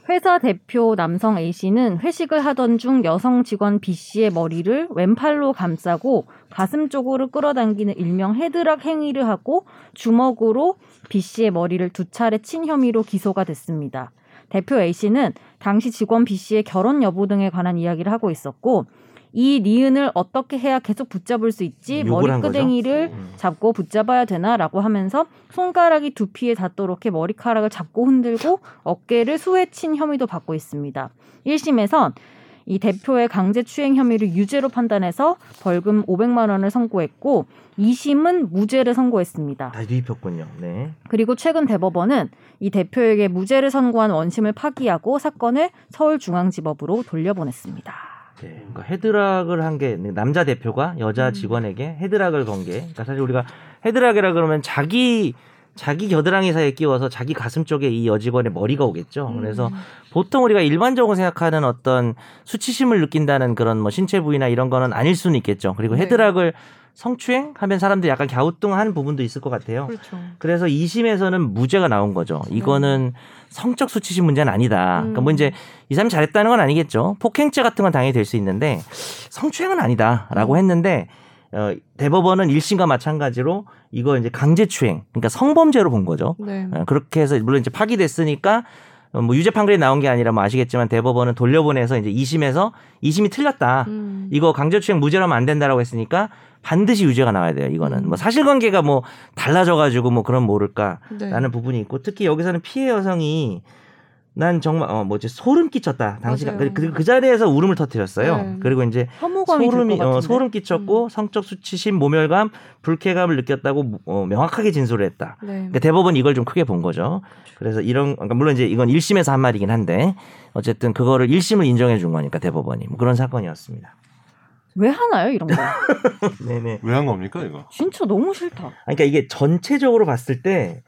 회사 대표 남성 A 씨는 회식을 하던 중 여성 직원 B 씨의 머리를 왼팔로 감싸고 가슴 쪽으로 끌어당기는 일명 헤드락 행위를 하고 주먹으로 B 씨의 머리를 두 차례 친 혐의로 기소가 됐습니다. 대표 A 씨는 당시 직원 B 씨의 결혼 여부 등에 관한 이야기를 하고 있었고 이 니은을 어떻게 해야 계속 붙잡을 수 있지 욕을 한 거죠? 머리끄댕이를 음. 잡고 붙잡아야 되나라고 하면서 손가락이 두피에 닿도록 해 머리카락을 잡고 흔들고 어깨를 수에 친 혐의도 받고 있습니다. 1심에선 이 대표의 강제 추행 혐의를 유죄로 판단해서 벌금 500만 원을 선고했고 2심은 무죄를 선고했습니다. 다 뒤집혔군요. 네. 그리고 최근 대법원은 이 대표에게 무죄를 선고한 원심을 파기하고 사건을 서울중앙지법으로 돌려보냈습니다. 네. 그러니까 헤드락을 한 게 네, 남자 대표가 여자 음. 직원에게 헤드락을 건 게. 그러니까 사실 우리가 헤드락이라 그러면 자기 자기 겨드랑이 사이에 끼워서 자기 가슴 쪽에 이 여직원의 머리가 오겠죠. 아, 그래서 음. 보통 우리가 일반적으로 생각하는 어떤 수치심을 느낀다는 그런 뭐 신체 부위나 이런 거는 아닐 수는 있겠죠. 그리고 네. 헤드락을 성추행하면 사람들이 약간 갸우뚱한 부분도 있을 것 같아요. 그렇죠. 그래서 2심에서는 무죄가 나온 거죠. 이거는 성적 수치심 문제는 아니다. 그러니까 뭐 음. 이제 이 사람이 잘했다는 건 아니겠죠. 폭행죄 같은 건 당연히 될 수 있는데 성추행은 아니다라고 했는데 어, 대법원은 1심과 마찬가지로 이거 이제 강제추행, 그러니까 성범죄로 본 거죠. 네. 어, 그렇게 해서 물론 이제 파기됐으니까 어, 뭐 유죄 판결이 나온 게 아니라 뭐 아시겠지만 대법원은 돌려보내서 이제 2심에서 2심이 틀렸다. 음. 이거 강제추행 무죄로 하면 안 된다라고 했으니까 반드시 유죄가 나와야 돼요. 이거는 뭐 사실관계가 뭐 달라져가지고 뭐 그런 모를까 네. 라는 부분이 있고 특히 여기서는 피해 여성이 난 정말 어 뭐지 소름 끼쳤다 당시가 맞아요. 그, 그, 그 자리에서 울음을 터뜨렸어요 네. 그리고 이제 혐오감이 소름이 들것 같은데. 음. 어, 소름 끼쳤고 성적 수치심 모멸감 불쾌감을 느꼈다고 무- 어, 명확하게 진술을 했다 네. 그러니까 대법원 이걸 좀 크게 본 거죠 그래서 이런 그러니까 물론 이제 이건 1심에서 한 말이긴 한데 어쨌든 그거를 1심을 인정해 준 거니까 대법원이 뭐 그런 사건이었습니다 왜 하나요 이런 거? 네네 왜 한 겁니까 이거? 진짜 너무 싫다. 그러니까 이게 전체적으로 봤을 때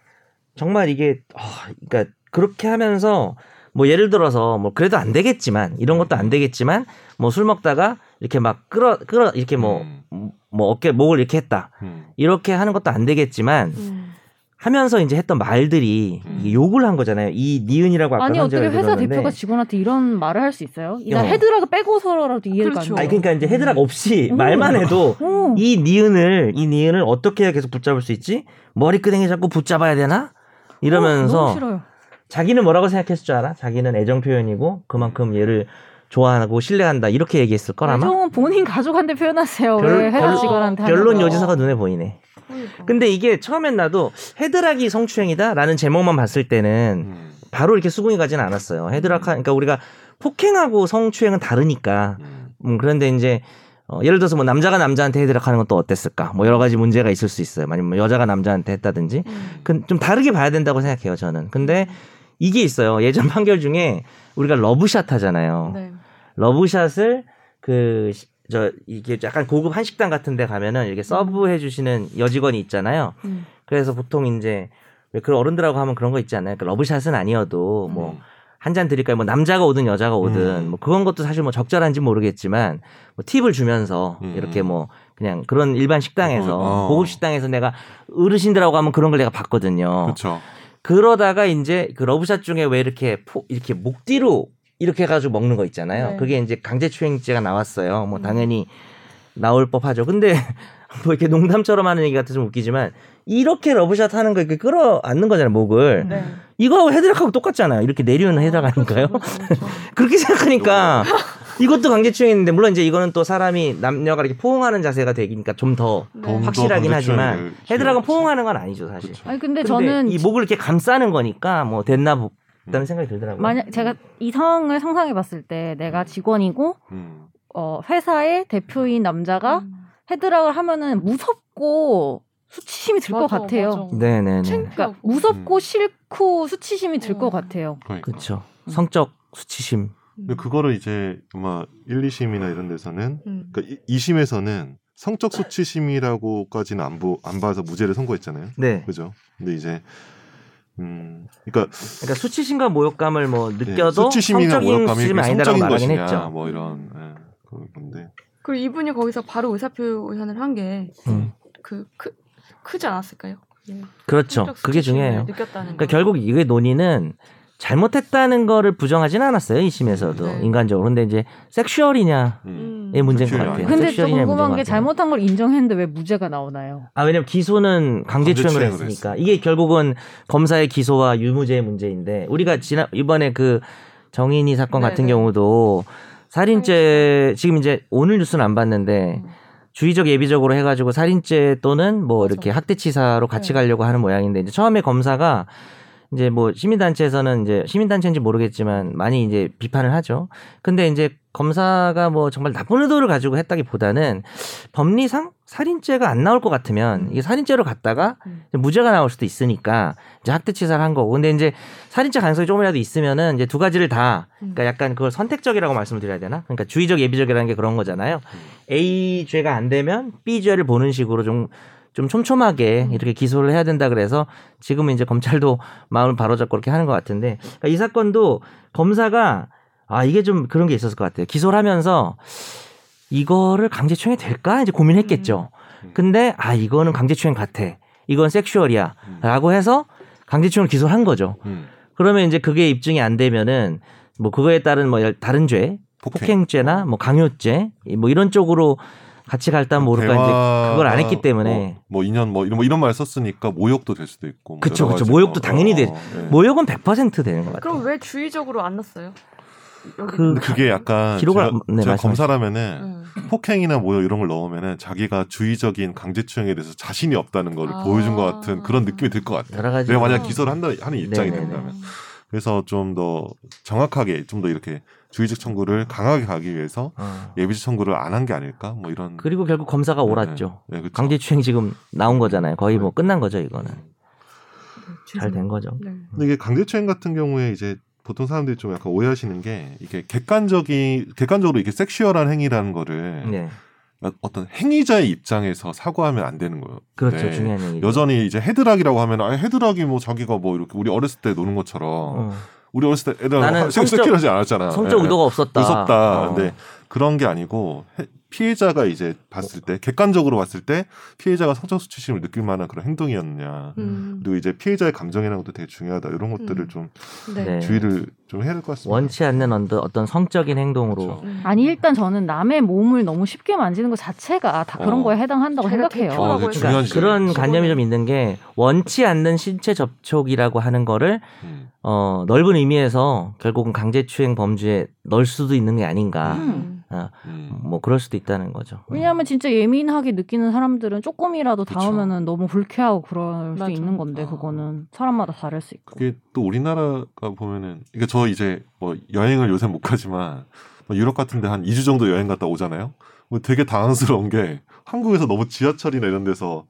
정말 이게 아, 그러니까 그렇게 하면서 뭐 예를 들어서 뭐 그래도 안 되겠지만 이런 것도 안 되겠지만 뭐 술 먹다가 이렇게 막 끌어 끌어 이렇게 뭐 음, 뭐 어깨 목을 이렇게 했다 음. 이렇게 하는 것도 안 되겠지만 음. 하면서 이제 했던 말들이 음. 이게 욕을 한 거잖아요 이 니은이라고 아까 아니 선재가 어떻게 회사 들었는데. 대표가 직원한테 이런 말을 할 수 있어요? 나 어. 헤드락 빼고서라도 이해가 그렇죠. 아니 안 돼. 그러니까 이제 헤드락 없이 음. 말만 *laughs* 해도 어. 이 니은을 이 니은을 어떻게 해야 계속 붙잡을 수 있지 머리끄댕이 잡고 붙잡아야 되나 어, 너무 이러면서 싫어요. 자기는 뭐라고 생각했을 줄 알아? 자기는 애정 표현이고 그만큼 얘를 좋아하고 신뢰한다 이렇게 얘기했을 거라마. 정은 본인 가족한테 표현하세요. 결- 왜 회사 결- 직원한테 하냐고. 결론 여지사가 눈에 보이네. 그러니까. 근데 이게 처음엔 나도 헤드락이 성추행이다라는 제목만 봤을 때는 음, 바로 이렇게 수긍이 가지는 않았어요. 헤드락 하- 그러니까 우리가 폭행하고 성추행은 다르니까. 음. 음, 그런데 이제 어, 예를 들어서 뭐 남자가 남자한테 헤드락하는 건 또 어땠을까? 뭐 여러 가지 문제가 있을 수 있어요. 아니면 뭐 여자가 남자한테 했다든지. 음. 그- 좀 다르게 봐야 된다고 생각해요, 저는. 근데 이게 있어요. 예전 판결 중에 우리가 러브샷 하잖아요. 네. 러브샷을 그, 시- 저, 이게 약간 고급 한식당 같은 데 가면은 이렇게 서브해 주시는 여직원이 있잖아요. 음. 그래서 보통 이제 왜 그런 어른들하고 하면 그런 거 있지 않나요? 그 러브샷은 아니어도 뭐 네. 음. 한 잔 드릴까요? 뭐 남자가 오든 여자가 오든 음. 뭐 그런 것도 사실 뭐 적절한지 모르겠지만 뭐 팁을 주면서 음. 이렇게 뭐 그냥 그런 일반 식당에서 어, 어. 고급 식당에서 내가 어르신들하고 하면 그런 걸 내가 봤거든요. 그렇죠. 그러다가 이제 그 러브샷 중에 왜 이렇게 포, 이렇게 목 뒤로 이렇게 해가지고 먹는 거 있잖아요. 네. 음. 그게 이제 강제추행죄가 나왔어요. 뭐 당연히 나올 법하죠. 근데 *laughs* 뭐 이렇게 농담처럼 하는 얘기 같아서 좀 웃기지만 이렇게 러브샷 하는 거 이렇게 끌어안는 거잖아요. 목을 네. 이거하고 헤드락하고 똑같잖아요. 이렇게 내리는 헤드락 아닌가요? 그렇죠, 그렇죠. 그렇게 생각하니까 네. 이것도 강제추행인데 물론 이제 이거는 또 사람이 남녀가 이렇게 포옹하는 자세가 되니까 좀 더 네. 더 확실하긴 하지만 강제추행을 헤드락은 지어야지. 그렇죠. 포옹하는 건 아니죠 사실. 그쵸. 아니 근데, 저는 이 목을 이렇게 감싸는 거니까 뭐 됐나 음, 보다는 생각이 들더라고요. 만약 제가 이 상황을 상상해 봤을 때 내가 직원이고 음. 어, 회사의 대표인 남자가 음. 헤드락을 하면은 무섭고 수치심이 들 것 맞아, 같아요. 맞아. 네네네. 그러니까 창피하고. 무섭고 음. 싫고 수치심이 들 것 어. 같아요. 그러니까. 그렇죠. 성적 수치심. 근데 그거를 이제 아마 1, 2심이나 이런 데서는 음. 그러니까 2심에서는 성적 수치심이라고까지는 안, 보, 안 봐서 무죄를 선고했잖아요. 네. 그죠? 근데 이제 음 그러니까 그러니까 수치심과 모욕감을 뭐 느껴도 네. 수치심이나 성적인 모욕감이 수치심이 그게 아니다라고 성적인 말하긴 것이냐 했죠. 뭐 이런 예, 그런 건데 그리고 이분이 거기서 바로 의사표 의견을 한게그 음. 크, 크지 않았을까요? 예. 그렇죠. 성적 그게 수치심을 중요해요. 느꼈다는 거. 그러니까 결국 이게 논의는 잘못했다는 거를 부정하진 않았어요. 이 심에서도 네. 인간적으로. 근데 이제 섹슈얼이냐의 음. 음. 문제인 것 섹슈얼이 같아요. 아니죠. 근데 또 섹슈얼이냐의 문제인 것 궁금한 게 같아요. 잘못한 걸 인정했는데 왜 무죄가 나오나요? 아 왜냐면 기소는 강제추행을 강제추행을 했으니까 했어요. 이게 결국은 검사의 기소와 유무죄의 문제인데 우리가 지난 이번에 그 정인이 사건 네, 같은 네. 경우도 살인죄 지금 이제 오늘 뉴스는 안 봤는데 음. 주의적 예비적으로 해가지고 살인죄 또는 뭐 이렇게 맞아. 학대치사로 같이 그렇죠. 네. 가려고 하는 모양인데 이제 처음에 검사가 이제 뭐 시민단체에서는 이제 시민단체인지 모르겠지만 많이 이제 비판을 하죠. 근데 이제 검사가 뭐 정말 나쁜 의도를 가지고 했다기보다는 법리상 살인죄가 안 나올 것 같으면 이게 살인죄로 갔다가 음. 이제 무죄가 나올 수도 있으니까 이제 학대치사를 한 거고 근데 이제 살인죄 가능성이 조금이라도 있으면은 이제 두 가지를 다 그러니까 약간 그걸 선택적이라고 말씀을 드려야 되나? 그러니까 주의적 예비적이라는 게 그런 거잖아요. A 죄가 안 되면 B 죄를 보는 식으로 좀 좀 촘촘하게 이렇게 기소를 해야 된다 그래서 지금은 이제 검찰도 마음을 바로잡고 이렇게 하는 것 같은데 그러니까 이 사건도 검사가 아 이게 좀 그런 게 있었을 것 같아요. 기소를 하면서 이거를 강제추행이 될까 이제 고민했겠죠. 음. 근데 아 이거는 강제추행 같아. 이건 섹슈얼이야라고 해서 강제추행을 기소를 한 거죠. 음. 그러면 이제 그게 입증이 안 되면은 뭐 그거에 따른 뭐 열- 다른 죄, 폭행. 폭행. 죄나뭐 강요죄 이- 뭐 이런 뭐 쪽으로 같이 갈다 모를까 이제 그걸 안 했기 때문에 뭐, 뭐 2년 뭐 이런 뭐 이런 말 썼으니까 모욕도 될 수도 있고 뭐 그쵸, 여러 그쵸. 가지가. 모욕도 당연히 될- 예. 모욕은 100% 되는 것 같아요. 그럼 왜 주의적으로 안 났어요? 여기 그- 근데 그게 약간 기록을 제가, 안- 네, 제가 말씀하세요. 검사라면은 음. 폭행이나 모욕 이런 걸 넣으면은 자기가 주의적인 강제추행에 대해서 자신이 없다는 걸 아. 보여준 것 같은 그런 느낌이 들 것 같아요. 여러 가지 어. 내가 네, 만약 기소를 한다 하는 음. 입장이 네네네. 된다면 그래서 좀 더 정확하게 좀 더 이렇게 주의적 청구를 강하게 가기 위해서 어. 예비적 청구를 안 한 게 아닐까 뭐 이런 그리고 결국 검사가 옳았죠. 네, 그쵸. 강제추행 지금 나온 거잖아요. 거의 뭐 끝난 거죠 이거는 잘 죄송- 된 거죠. 네. 근데 이게 강제추행 같은 경우에 이제 보통 사람들이 좀 약간 오해하시는 게 이게 객관적이 객관적으로 이게 섹슈얼한 행위라는 거를 네, 어떤 행위자의 입장에서 사과하면 안 되는 거예요. 그렇죠 네. 중요한 얘기죠. 여전히 이제 헤드락이라고 하면 아 헤드락이 뭐 자기가 뭐 이렇게 우리 어렸을 때 노는 것처럼 어. 우리 어렸을 때 애들 나는 섹- 성적- 섹슈얼하지 않았잖아. 성적 예. 의도가 없었다. 무섭다. 네. 어. 근데 그런 게 아니고 해- 피해자가 이제 봤을 때 객관적으로 봤을 때 피해자가 성적 수치심을 느낄 만한 그런 행동이었냐. 음. 그리고 이제 피해자의 감정이라는 것도 되게 중요하다. 이런 것들을 음. 좀 네. 네. 주의를 좀 해야 될 것 같습니다. 원치 않는 언더, 어떤 성적인 행동으로 그렇죠. 음. 아니 일단 저는 남의 몸을 너무 쉽게 만지는 것 자체가 다 그런 어. 거에 해당한다고 제가 생각해요. 대충- 어, 되게 그러니까 중요한 지점. 그런 관념이 직원은- 좀 있는 게 원치 않는 신체 접촉이라고 하는 거를 음. 어, 넓은 의미에서 결국은 강제추행 범죄에 넣을 수도 있는 게 아닌가. 음. 음. 뭐 그럴 수도 있다는 거죠. 왜냐하면 진짜 예민하게 느끼는 사람들은 조금이라도 그쵸. 닿으면은 너무 불쾌하고 그럴 맞아. 수 있는 건데 아. 그거는 사람마다 다를 수 있고. 그게 또 우리나라가 보면은 그러니까 저 이제 뭐 여행을 요새 못 가지만 뭐 유럽 같은데 한 2주 정도 여행 갔다 오잖아요. 뭐 되게 당황스러운 게 한국에서 너무 지하철이나 이런 데서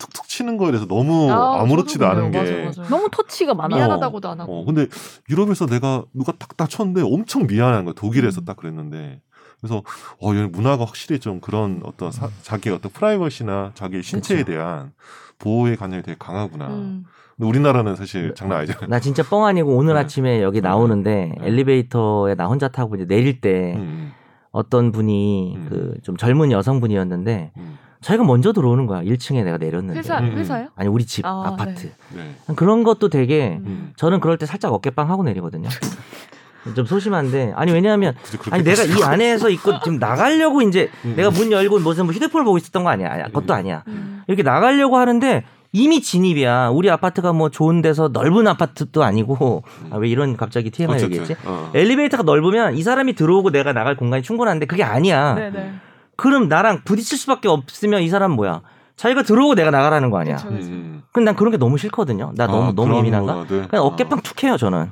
툭툭 치는 거에 대해서 너무 아, 아, 무렇지도 저도 않은 게 그래요. 맞아, 맞아. 너무 터치가 많아. 요 미안하- 미안하다고도 안 하고 어, 근데 유럽에서 내가 누가 딱딱 쳤는데 엄청 미안한 거야. 독일에서 음. 딱 그랬는데. 그래서 어, 얘 문화가 확실히 좀 그런 어떤 사- 자기 어떤 프라이버시나 자기 신체에 그쵸. 대한 보호의 관념이 되게 아. 강하구나. 음. 근데 우리나라는 네. 사실 장난 아니잖아요. 음. 나 진짜 뻥 아니고 오늘 네. 아침에 여기 나오는데 네. 엘리베이터에 나 혼자 타고 이제 내릴 때 음, 어떤 분이 음. 그 좀 젊은 여성분이었는데 음, 자기가 먼저 들어오는 거야. 1층에 내가 내렸는데. 회사 음. 회사요? 아니 우리 집 아, 아, 파트 음. 네. 그런 것도 되게 음. 저는 그럴 때 살짝 어깨빵 *laughs* 하고 내리거든요. 좀 소심한데 아니 왜냐하면 굳이 그렇죠, 그렇게 아니 내가 이 안에서 있고 지금 나가려고 이제 음. 내가 문 열고 무슨 뭐 휴대폰을 보고 있었던 거 아니야? 아니, 그것도 아니야. 음. 이렇게 나가려고 하는데 이미 진입이야. 우리 아파트가 뭐 좋은 데서 넓은 아파트도 아니고 아, 왜 이런 갑자기 TMI 어쨌든, 얘기했지? 어. 엘리베이터가 넓으면 이 사람이 들어오고 내가 나갈 공간이 충분한데 그게 아니야. 네네. 그럼 나랑 부딪힐 수밖에 없으면 이 사람 뭐야? 자기가 들어오고 내가 나가라는 거 아니야. 그쵸. 음. 근데 난 그런 게 너무 싫거든요. 나 너무 아, 너무 그런 예민한가? 문화들. 그냥 어깨빵 아. 툭 해요 *laughs* 저는.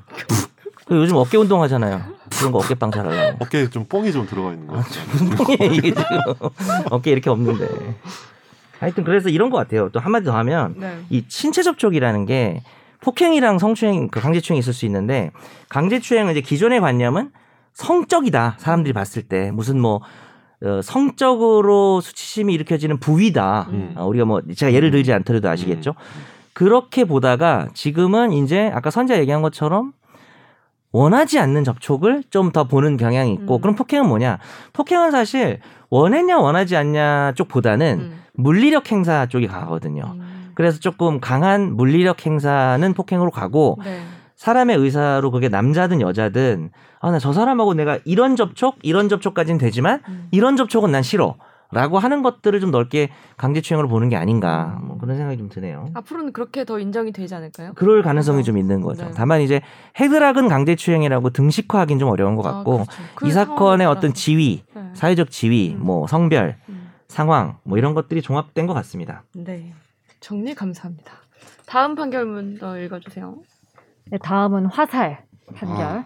그 요즘 어깨 운동 하잖아요. 그런 거 어깨빵 잘 하려고. 어깨에 좀 뽕이 좀 들어가 있는 거 같아요. 이게 지금 *laughs* 어깨 이렇게 없는데. 하여튼 그래서 이런 것 같아요. 또 한마디 더 하면 네. 이 신체 접촉이라는 게 폭행이랑 성추행, 그 강제추행이 있을 수 있는데 강제추행은 이제 기존의 관념은 성적이다. 사람들이 봤을 때 무슨 뭐 어, 성적으로 수치심이 일으켜지는 부위다. 음. 어, 우리가 뭐 제가 예를 들지 않더라도 아시겠죠. 그렇게 보다가 지금은 이제 아까 선재 얘기한 것처럼 원하지 않는 접촉을 좀 더 보는 경향이 있고 음. 그럼 폭행은 뭐냐? 폭행은 사실 원했냐 원하지 않냐 쪽보다는 음. 물리력 행사 쪽이 가거든요. 음. 그래서 조금 강한 물리력 행사는 폭행으로 가고 네. 사람의 의사로 그게 남자든 여자든 아 나 저 사람하고 내가 이런 접촉 이런 접촉까지는 되지만 음. 이런 접촉은 난 싫어라고 하는 것들을 좀 넓게 강제추행으로 보는 게 아닌가 뭐 그런 생각이 좀 드네요. 앞으로는 그렇게 더 인정이 되지 않을까요? 그럴 가능성이 좀 있는 거죠. 네. 다만 이제 헤드락은 강제추행이라고 등식화하기는 좀 어려운 것 아, 같고 그렇죠. 그 이 상황에 사건의 따라서. 어떤 지위, 네. 사회적 지위, 음. 뭐 성별, 음. 상황 뭐 이런 것들이 종합된 것 같습니다. 네. 정리 감사합니다. 다음 판결문 더 읽어주세요. 네, 다음은 화살 아. 판결.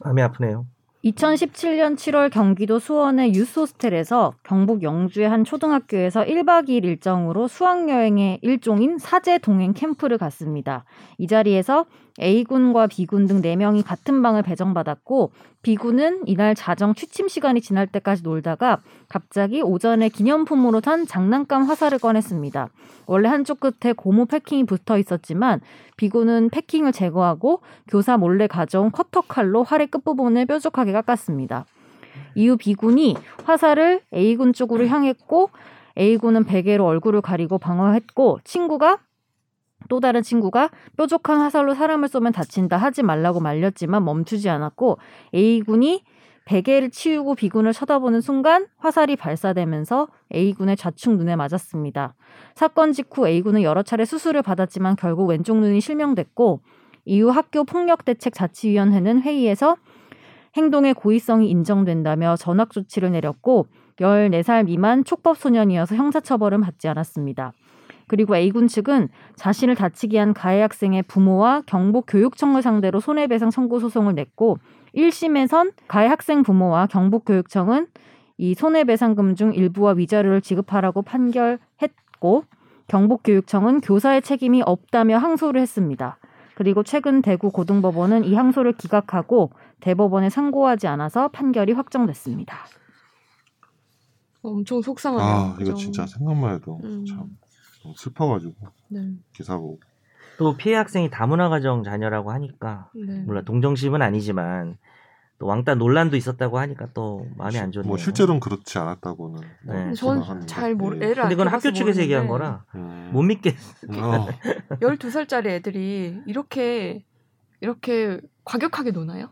마음이 아프네요. 2017년 7월 경기도 수원의 유스호스텔에서 경북 영주의 한 초등학교에서 1박 2일 일정으로 수학여행의 일종인 사제 동행 캠프를 갔습니다. 이 자리에서 A군과 B군 등 4명이 같은 방을 배정받았고 B군은 이날 자정 취침 시간이 지날 때까지 놀다가 갑자기 오전에 기념품으로 산 장난감 화살을 꺼냈습니다. 원래 한쪽 끝에 고무 패킹이 붙어 있었지만 B군은 패킹을 제거하고 교사 몰래 가져온 커터칼로 활의 끝부분을 뾰족하게 깎았습니다. 이후 B군이 화살을 A군 쪽으로 향했고 A군은 베개로 얼굴을 가리고 방어했고 친구가 또 다른 친구가 뾰족한 화살로 사람을 쏘면 다친다 하지 말라고 말렸지만 멈추지 않았고 A군이 베개를 치우고 B군을 쳐다보는 순간 화살이 발사되면서 A군의 좌측 눈에 맞았습니다. 사건 직후 A군은 여러 차례 수술을 받았지만 결국 왼쪽 눈이 실명됐고 이후 학교 폭력 대책 자치위원회는 회의에서 행동의 고의성이 인정된다며 전학 조치를 내렸고 14살 미만 촉법 소년이어서 형사처벌은 받지 않았습니다. 그리고 A군 측은 자신을 다치게 한 가해 학생의 부모와 경북 교육청을 상대로 손해배상 청구 소송을 냈고 1심에선 가해 학생 부모와 경북 교육청은 이 손해배상금 중 일부와 위자료를 지급하라고 판결했고 경북 교육청은 교사의 책임이 없다며 항소를 했습니다. 그리고 최근 대구 고등법원은 이 항소를 기각하고 대법원에 상고하지 않아서 판결이 확정됐습니다. 엄청 속상하네요. 아 이거 그죠? 진짜 생각만 해도 음. 참 너무 슬퍼가지고 네. 기사 보고 또 피해 학생이 다문화 가정 자녀라고 하니까 네. 물론 동정심은 아니지만 또 왕따 논란도 있었다고 하니까 또 마음이 안 좋네요. 뭐 실제로는 그렇지 않았다고는 뭐 네. 생각하는데. 전잘 모르 예. 애를 근데 그건 안 학교 측에서 얘기한 거라 음. 못 믿겠. 어, 12살짜리 애들이 이렇게 이렇게 과격하게 노나요?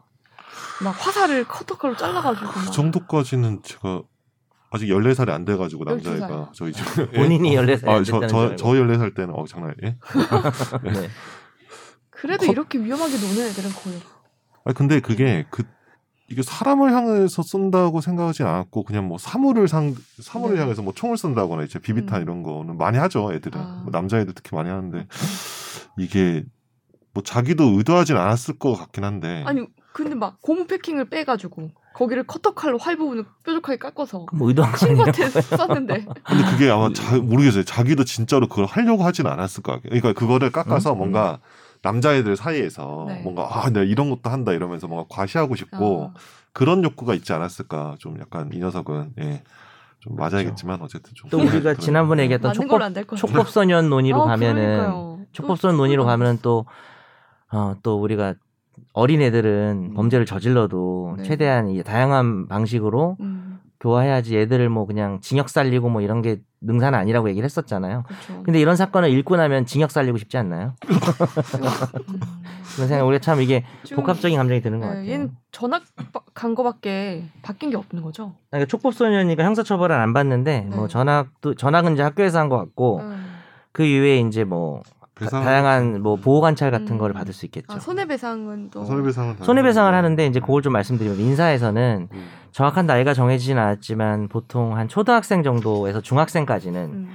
막 화살을 커터칼로 잘라 가지고 그 정도까지는 제가 아직 14살이 안 돼가지고 남자애가 저희 집 *laughs* 본인이 네, 14살 아, 안 저, 저, 됐다는 줄 알고. 저 14살 때는 어 장난 아니에요? 네. 그래도 컷- 이렇게 위험하게 노는 애들은 거의 없- 아 근데 음. 그게 그 이게 사람을 향해서 쏜다고 생각하진 않았고 그냥 뭐 사물을 상 사물을 네. 향해서 뭐 총을 쏜다거나 이제 비비탄 음. 이런 거는 많이 하죠 애들은 아. 뭐 남자애들 특히 많이 하는데 이게 뭐 자기도 의도하진 않았을 것 같긴 한데 아니 근데 막 고무 패킹을 빼 가지고 거기를 커터칼로 활 부분을 뾰족하게 *laughs* 깎아서 뭐 의도한 거 아니에요? 친구한테 썼는데 근데 그게 아마 자, 모르겠어요 자기도 진짜로 그걸 하려고 하진 않았을 것 같아요 그러니까 그거를 깎아서 음? 뭔가 남자애들 사이에서 네. 뭔가 아 내가 이런 것도 한다 이러면서 뭔가 과시하고 싶고 아, 그런 욕구가 있지 않았을까 좀 약간 이 녀석은 예. 좀 맞아야겠지만 어쨌든 좀 그렇죠. 또 우리가 그런- 지난번에 얘기했던 맞는 촉법 걸로 안될 거예요. 촉법소년 논의로 아, 가면은 그러니까요. 또 촉법소년 논의로 촉법소년. 가면은 또 어, 또 우리가 어린 애들은 음. 범죄를 저질러도 네. 최대한 이 다양한 방식으로 음, 교화해야지 애들을 뭐 그냥 징역 살리고 뭐 이런 게 능사는 아니라고 얘기를 했었잖아요. 그렇죠. 근데 이런 사건을 읽고 나면 징역 살리고 싶지 않나요? 음. 그런 생각 우리가 참 이게 *laughs* 지금, 복합적인 감정이 드는 것 예, 같아요. 음. 얘는 전학 바- 간 거밖에 바뀐 게 없는 거죠. 그러니까 촉법소년이니까 형사처벌은 안 받는데 뭐 네. 전학도 전학은 이제 학교에서 한 것 같고 음. 그 이외에 이제 뭐 다- 예. 배상- 다양한 뭐 보호 관찰 같은 음. 거를 받을 수 있겠죠. 아, 손해배상은 또 손해배상은 손해배상을 당연히- 뭐 하는데 이제 그걸 좀 말씀드리면 인사에서는 음. 정확한 나이가 정해지진 않았지만 보통 한 초등학생 정도에서 중학생까지는 음.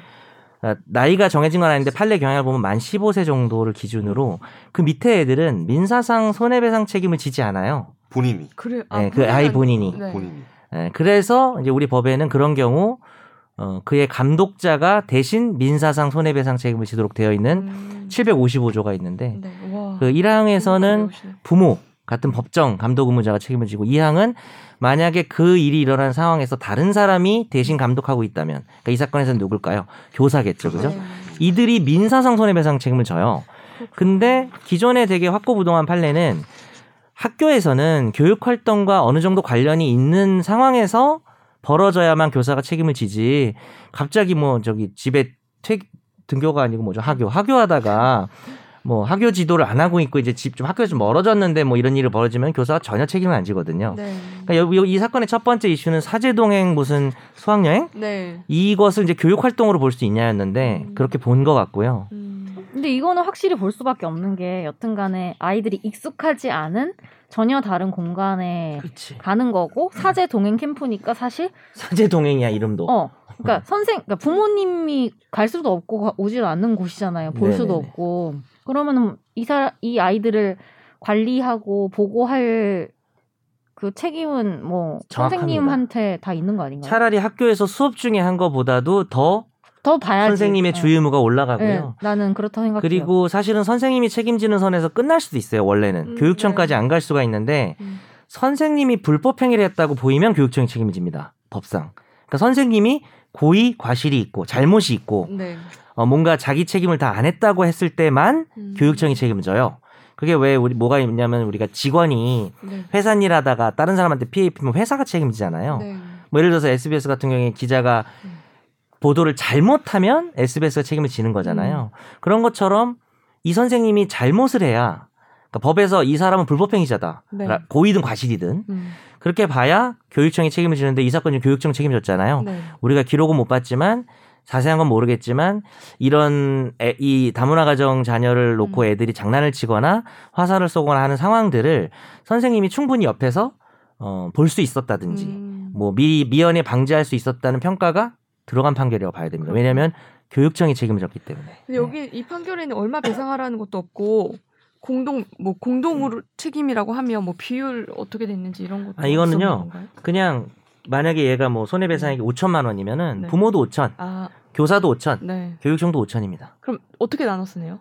그러니까 나이가 정해진 건 아닌데 판례 경향을 보면 만 15세 정도를 기준으로 그 밑에 애들은 민사상 손해배상 책임을 지지 않아요. 본인이 그래 네, 그 아이 본인이. 네. 본인이 예, 그래서 이제 우리 법에는 그런 경우 어, 그의 감독자가 대신 민사상 손해배상 책임을 지도록 되어 있는 음. 755조가 있는데 네. 와. 그 음. 1항에서는 부모 같은 법정 감독 의무자가 책임을 지고 이 항은 만약에 그 일이 일어난 상황에서 다른 사람이 대신 감독하고 있다면 그러니까 이 사건에서는 누굴까요? 교사겠죠, 그죠? 네. 그렇죠. 이들이 민사상 손해배상 책임을 져요. 근데 기존에 되게 확고부동한 판례는 학교에서는 교육 활동과 어느 정도 관련이 있는 상황에서 벌어져야만 교사가 책임을 지지. 갑자기 뭐 저기 집에 퇴 등교가 아니고 뭐죠 학교 학교하다가 뭐 학교 지도를 안 하고 있고 이제 집 좀 학교에서 좀 멀어졌는데 뭐 이런 일이 벌어지면 교사가 전혀 책임을 안 지거든요. 네. 그러니까 여기 여기 이 사건의 첫 번째 이슈는 사제동행 무슨 수학여행 네. 이것을 이제 교육 활동으로 볼 수 있냐였는데 음. 그렇게 본 것 같고요. 음. 근데 이거는 확실히 볼 수밖에 없는 게 여튼간에 아이들이 익숙하지 않은 전혀 다른 공간에 그렇지. 가는 거고 사제 동행 캠프니까 사실 사제동행이야 이름도. 어 그러니까 선생 그러니까 부모님이 갈 수도 없고 가- 오질 않는 곳이잖아요 볼 수도 네네네. 없고 그러면은 이사 이 아이들을 관리하고 보고할 그 책임은 뭐 정확합니다. 선생님한테 다 있는 거 아닌가요? 차라리 학교에서 수업 중에 한 거보다도 더 더 봐야지 선생님의 어. 주의무가 네, 올라가고요. 나는 그렇다 생각해요. 그리고 사실은 선생님이 책임지는 선에서 끝날 수도 있어요. 원래는 음, 교육청까지 네. 안 갈 수가 있는데 음. 선생님이 불법 행위를 했다고 보이면 교육청이 책임집니다. 법상. 그러니까 선생님이 고의 과실이 있고 잘못이 있고 음. 네. 어, 뭔가 자기 책임을 다 안 했다고 했을 때만 음. 교육청이 책임져요. 그게 왜 우리 뭐가 있냐면 우리가 직원이 네. 회사 일하다가 다른 사람한테 피해 입히면 회사가 책임지잖아요. 네. 뭐 예를 들어서 SBS 같은 경우에 기자가 음. 보도를 잘못하면 음. SBS가 책임을 지는 거잖아요. 그런 것처럼 이 선생님이 잘못을 해야 그러니까 법에서 이 사람은 불법행위자다. 네. 라- 고의든 과실이든 음. 그렇게 봐야 교육청이 책임을 지는데 이 사건 지금 교육청 책임졌잖아요. 네. 우리가 기록은 못 봤지만 자세한 건 모르겠지만 이런 애, 이 다문화 가정 자녀를 놓고 음. 애들이 장난을 치거나 화살을 쏘거나 하는 상황들을 선생님이 충분히 옆에서 어, 볼 수 있었다든지 음. 뭐 미, 미연에 방지할 수 있었다는 평가가 들어간 판결이라고 봐야 됩니다. 왜냐하면 교육청이 책임을 졌기 때문에. 네. 근데 여기 이 판결에는 얼마 배상하라는 것도 없고 공동 뭐 공동으로 책임이라고 하면 뭐 비율 어떻게 됐는지 이런 것도 아, 이거는요. 없었는 건가요? 네. 그냥 만약에 얘가 뭐 손해배상액이 5천만 원이면은 음. 네. 부모도 5천, 아, 교사도 5천, 네. 교육청도 5천입니다. 그럼 어떻게 나눠 쓰네요?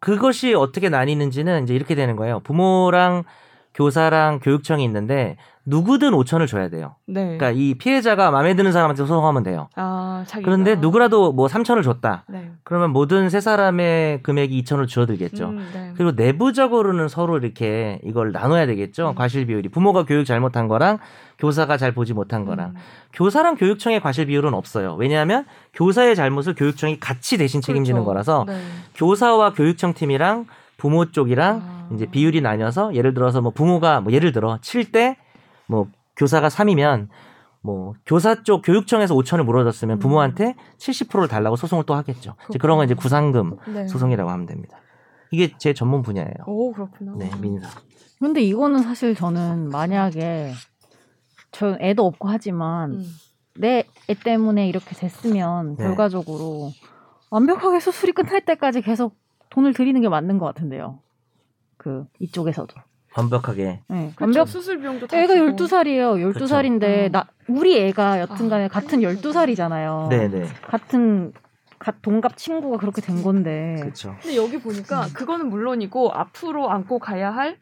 그것이 어떻게 나뉘는지는 이제 이렇게 되는 거예요. 부모랑 교사랑 교육청이 있는데 누구든 5천을 줘야 돼요. 네. 그러니까 이 피해자가 마음에 드는 사람한테 소송하면 돼요. 아, 자기 그런데 누구라도 뭐 3천을 줬다. 네. 그러면 모든 세 사람의 금액이 2천으로 줄어들겠죠. 음, 네. 그리고 내부적으로는 서로 이렇게 이걸 나눠야 되겠죠. 음. 과실 비율이 부모가 교육 잘못한 거랑 교사가 잘 보지 못한 거랑 음. 교사랑 교육청의 과실 비율은 없어요. 왜냐하면 교사의 잘못을 교육청이 같이 대신 책임지는 그렇죠. 거라서 네. 교사와 교육청 팀이랑 부모 쪽이랑 아. 이제 비율이 나뉘어서 예를 들어서 뭐 부모가 뭐 예를 들어 7대 뭐 교사가 3이면 뭐 교사 쪽 교육청에서 5천을 물어줬으면 음. 부모한테 70%를 달라고 소송을 또 하겠죠. 이제 그런 건 이제 구상금 네. 소송이라고 하면 됩니다. 이게 제 전문 분야예요. 오, 그렇구나. 음. 네, 민사. 근데 이거는 사실 저는 만약에 저 애도 없고 하지만 음. 내 애 때문에 이렇게 됐으면 네. 결과적으로 완벽하게 수술이 끝날 때까지 계속 돈을 들이는 게 맞는 것 같은데요. 그 이쪽에서도. 완벽하게. 네. 그렇죠. 완벽. 수술 비용도 다 애가 주고. 12살이에요. 그쵸. 12살인데 음. 나 우리 애가 여튼간에 아, 같은 12살이잖아요. 네, 네. 같은 갓 동갑 친구가 그렇게 된 네. 건데. 그렇죠. 근데 여기 보니까 그거는 물론이고 앞으로 안고 가야 할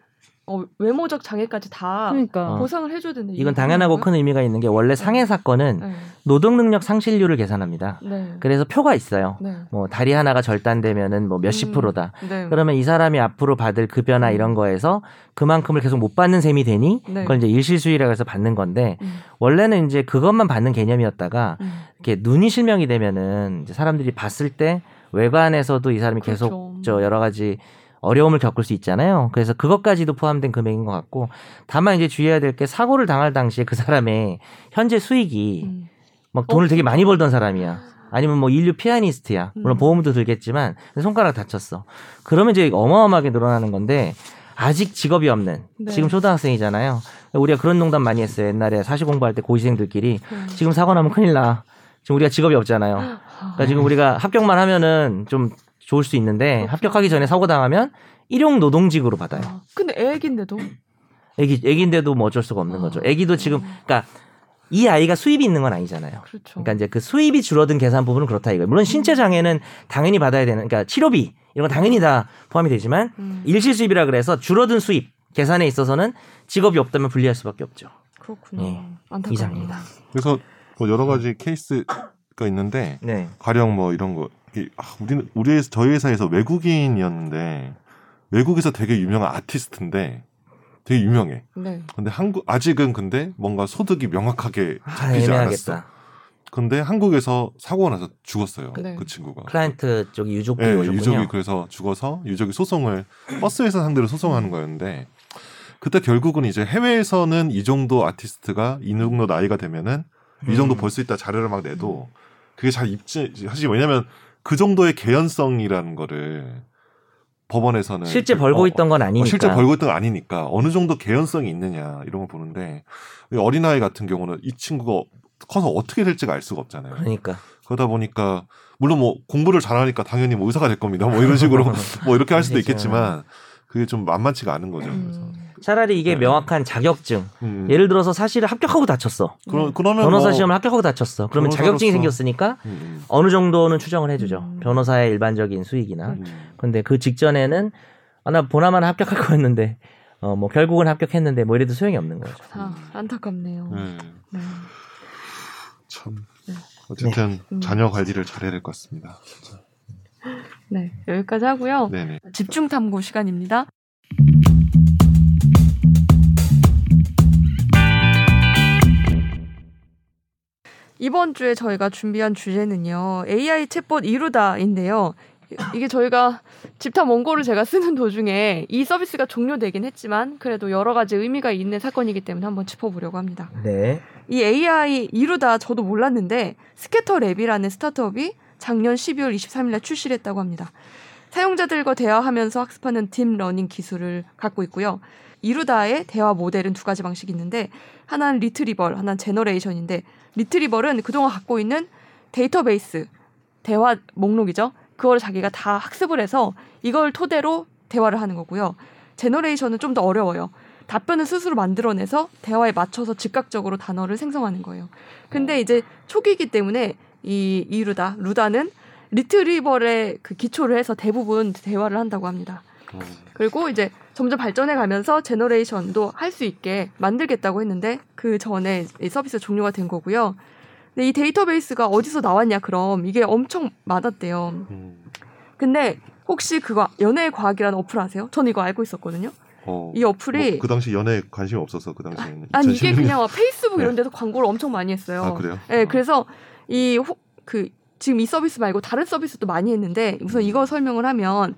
어, 외모적 장애까지 다 그러니까 어. 보상을 해줘야 된다. 이건 음. 당연하고 큰 의미가 있는 게 원래 상해 사건은 네. 노동 능력 상실률을 계산합니다. 네. 그래서 표가 있어요. 네. 뭐 다리 하나가 절단되면은 뭐 몇십 음. 프로다. 네. 그러면 이 사람이 앞으로 받을 급여나 이런 거에서 그만큼을 계속 못 받는 셈이 되니 네. 그걸 이제 일시수익이라고 해서 받는 건데 음. 원래는 이제 그것만 받는 개념이었다가 음. 이렇게 눈이 실명이 되면은 이제 사람들이 봤을 때 외관에서도 이 사람이 계속 그렇죠. 저 여러 가지 어려움을 겪을 수 있잖아요. 그래서 그것까지도 포함된 금액인 것 같고 다만 이제 주의해야 될 게 사고를 당할 당시에 그 사람의 현재 수익이 음. 막 돈을 어. 되게 많이 벌던 사람이야. 아니면 뭐 인류 피아니스트야. 물론 음. 보험도 들겠지만 손가락 다쳤어. 그러면 이제 어마어마하게 늘어나는 건데 아직 직업이 없는 네. 지금 초등학생이잖아요. 우리가 그런 농담 많이 했어요. 옛날에 사시 공부할 때 고시생들끼리 음. 지금 사고 나면 큰일 나. 지금 우리가 직업이 없잖아요. 그러니까 지금 우리가 합격만 하면은 좀 좋을 수 그렇죠. 있는데 합격하기 전에 사고 당하면 일용 노동직으로 받아요. 아, 근데 애긴데도 애기 애기인데도 뭐 어쩔 수가 없는 아, 거죠. 애기도 지금 네. 그러니까 이 아이가 수입이 있는 건 아니잖아요. 그렇죠. 그러니까 이제 그 수입이 줄어든 계산 부분은 그렇다 이거예요. 물론 신체 장애는 당연히 받아야 되는 그러니까 치료비 이런 건 당연히 다 포함이 되지만 음. 일시 수입이라 그래서 줄어든 수입 계산에 있어서는 직업이 없다면 불리할 수밖에 없죠. 그렇구나. 예. 안타깝네요. 이상입니다. 그래서 뭐 여러 가지 케이스가 있는데 네. 가령 뭐 이런 거 이게 아, 우리는 우리 회사- 저희 회사에서 외국인이었는데 외국에서 되게 유명한 아티스트인데 되게 유명해. 네. 근데 한국 아직은 근데 뭔가 소득이 명확하게 아, 잡히지 않았어. 애매하겠다. 근데 한국에서 사고가 나서 죽었어요. 네. 그 친구가. 클라이언트 쪽이 유족도 예, 오셨군요. 유족이 그래서 죽어서 유족이 *clears throat* 소송을 버스에서 상대로 소송하는 거였는데 그때 결국은 이제 해외에서는 이 정도 아티스트가 이 정도 나이가 되면은 이 정도 음. 벌 수 있다 자료를 막 내도 그게 잘 입증 사실 왜냐면 그 정도의 개연성이라는 거를 법원에서는 실제 벌고 어, 있던 건 어, 아니니까. 실제 벌고 있던 거 아니니까 어느 정도 개연성이 있느냐 이런 걸 보는데 이 어린아이 같은 경우는 이 친구가 커서 어떻게 될지가 알 수가 없잖아요. 그러니까. 그러다 보니까 물론 뭐 공부를 잘하니까 당연히 뭐 의사가 될 겁니다. 뭐 이런 식으로 *laughs* 뭐 이렇게 할 수도 그렇죠. 있겠지만 그게 좀 만만치가 않은 거죠. 음. 그래서. 차라리 이게 네. 명확한 자격증. 음. 예를 들어서 사실을 합격하고 다쳤어. 그러, 그러면 변호사 뭐- 시험을 합격하고 다쳤어. 그러면 변호사로서- 자격증이 생겼으니까 음, 음, 어느 정도는 추정을 해주죠. 음. 변호사의 일반적인 수익이나. 음. 근데 그 직전에는 아, 나 보나마나 합격할 *laughs* 거였는데 어 뭐 결국은 합격했는데 뭐 이래도 소용이 없는 거죠. 아, 안타깝네요. 음. 네. 네, 참 네. 어쨌든 음. 자녀 관리를 잘해야 될 것 같습니다. 네. 여기까지 하고요. 네네. 집중 탐구 시간입니다. 이번 주에 저희가 준비한 주제는요. AI 챗봇 이루다인데요. 이게 저희가 집타 원고를 제가 쓰는 도중에 이 서비스가 종료되긴 했지만 그래도 여러 가지 의미가 있는 사건이기 때문에 한번 짚어보려고 합니다. 네. 이 AI 이루다 저도 몰랐는데 스케터 랩이라는 스타트업이 작년 12월 23일에 출시를 했다고 합니다. 사용자들과 대화하면서 학습하는 딥러닝 기술을 갖고 있고요. 이루다의 대화 모델은 두 가지 방식이 있는데 하나는 리트리벌, 하나는 제너레이션인데 리트리벌은 그동안 갖고 있는 데이터베이스, 대화 목록이죠. 그걸 자기가 다 학습을 해서 이걸 토대로 대화를 하는 거고요. 제너레이션은 좀 더 어려워요. 답변을 스스로 만들어내서 대화에 맞춰서 즉각적으로 단어를 생성하는 거예요. 어. 근데 이제 초기이기 때문에 이 이루다 루다는 리트리버의 그 기초를 해서 대부분 대화를 한다고 합니다. 어. 그리고 이제 점점 발전해 가면서 제너레이션도 할 수 있게 만들겠다고 했는데 그 전에 이 서비스 종료가 된 거고요. 근데 이 데이터베이스가 어디서 나왔냐 그럼 이게 엄청 많았대요. 음. 근데 혹시 그거 연애의 과학이라는 어플 아세요? 전 이거 알고 있었거든요. 어, 이 어플이 뭐그 당시 연애에 관심이 없어서 그 당시에는 아니 이게 2016년 그냥 막 페이스북 네. 이런 데서 광고를 엄청 많이 했어요. *laughs* 아 그래요? 네, 그래서 이 그 지금 이 서비스 말고 다른 서비스도 많이 했는데 우선 이거 설명을 하면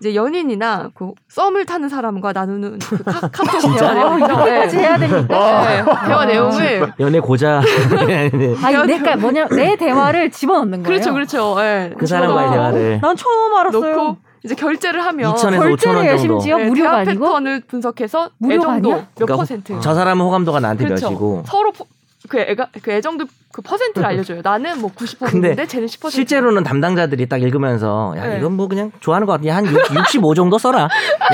이제 연인이나 그 썸을 타는 사람과 나누는 그 *laughs* 카, 카톡 대화 아, 내용이죠. 네. 이렇게까지 해야 되니까. 네, 대화 아, 내용을 연애 고자. *laughs* 네, 네. 아니, 내가 뭐냐 내 대화를 집어넣는 거예요. 그렇죠, 그렇죠. 예. 그 사람과의 집어넣고 대화를 난 처음 알았어요. 놓고 이제 결제를 하면 2,000 에서 5,000원 결제를 정도. 심지어 네, 무료가 대화 아니고 패턴을 분석해서 무료가 애정도 아니야? 몇 그러니까 퍼센트 저 사람은 호감도가 나한테 어, 그렇죠. 몇이고 서로 포- 그 애가 그 애정도 그 퍼센트를 알려줘요. 나는 뭐 90%인데 쟤는 10%. 실제로는 담당자들이 딱 읽으면서 야 네. 이건 뭐 그냥 좋아하는 거 같냐 한65 정도 써라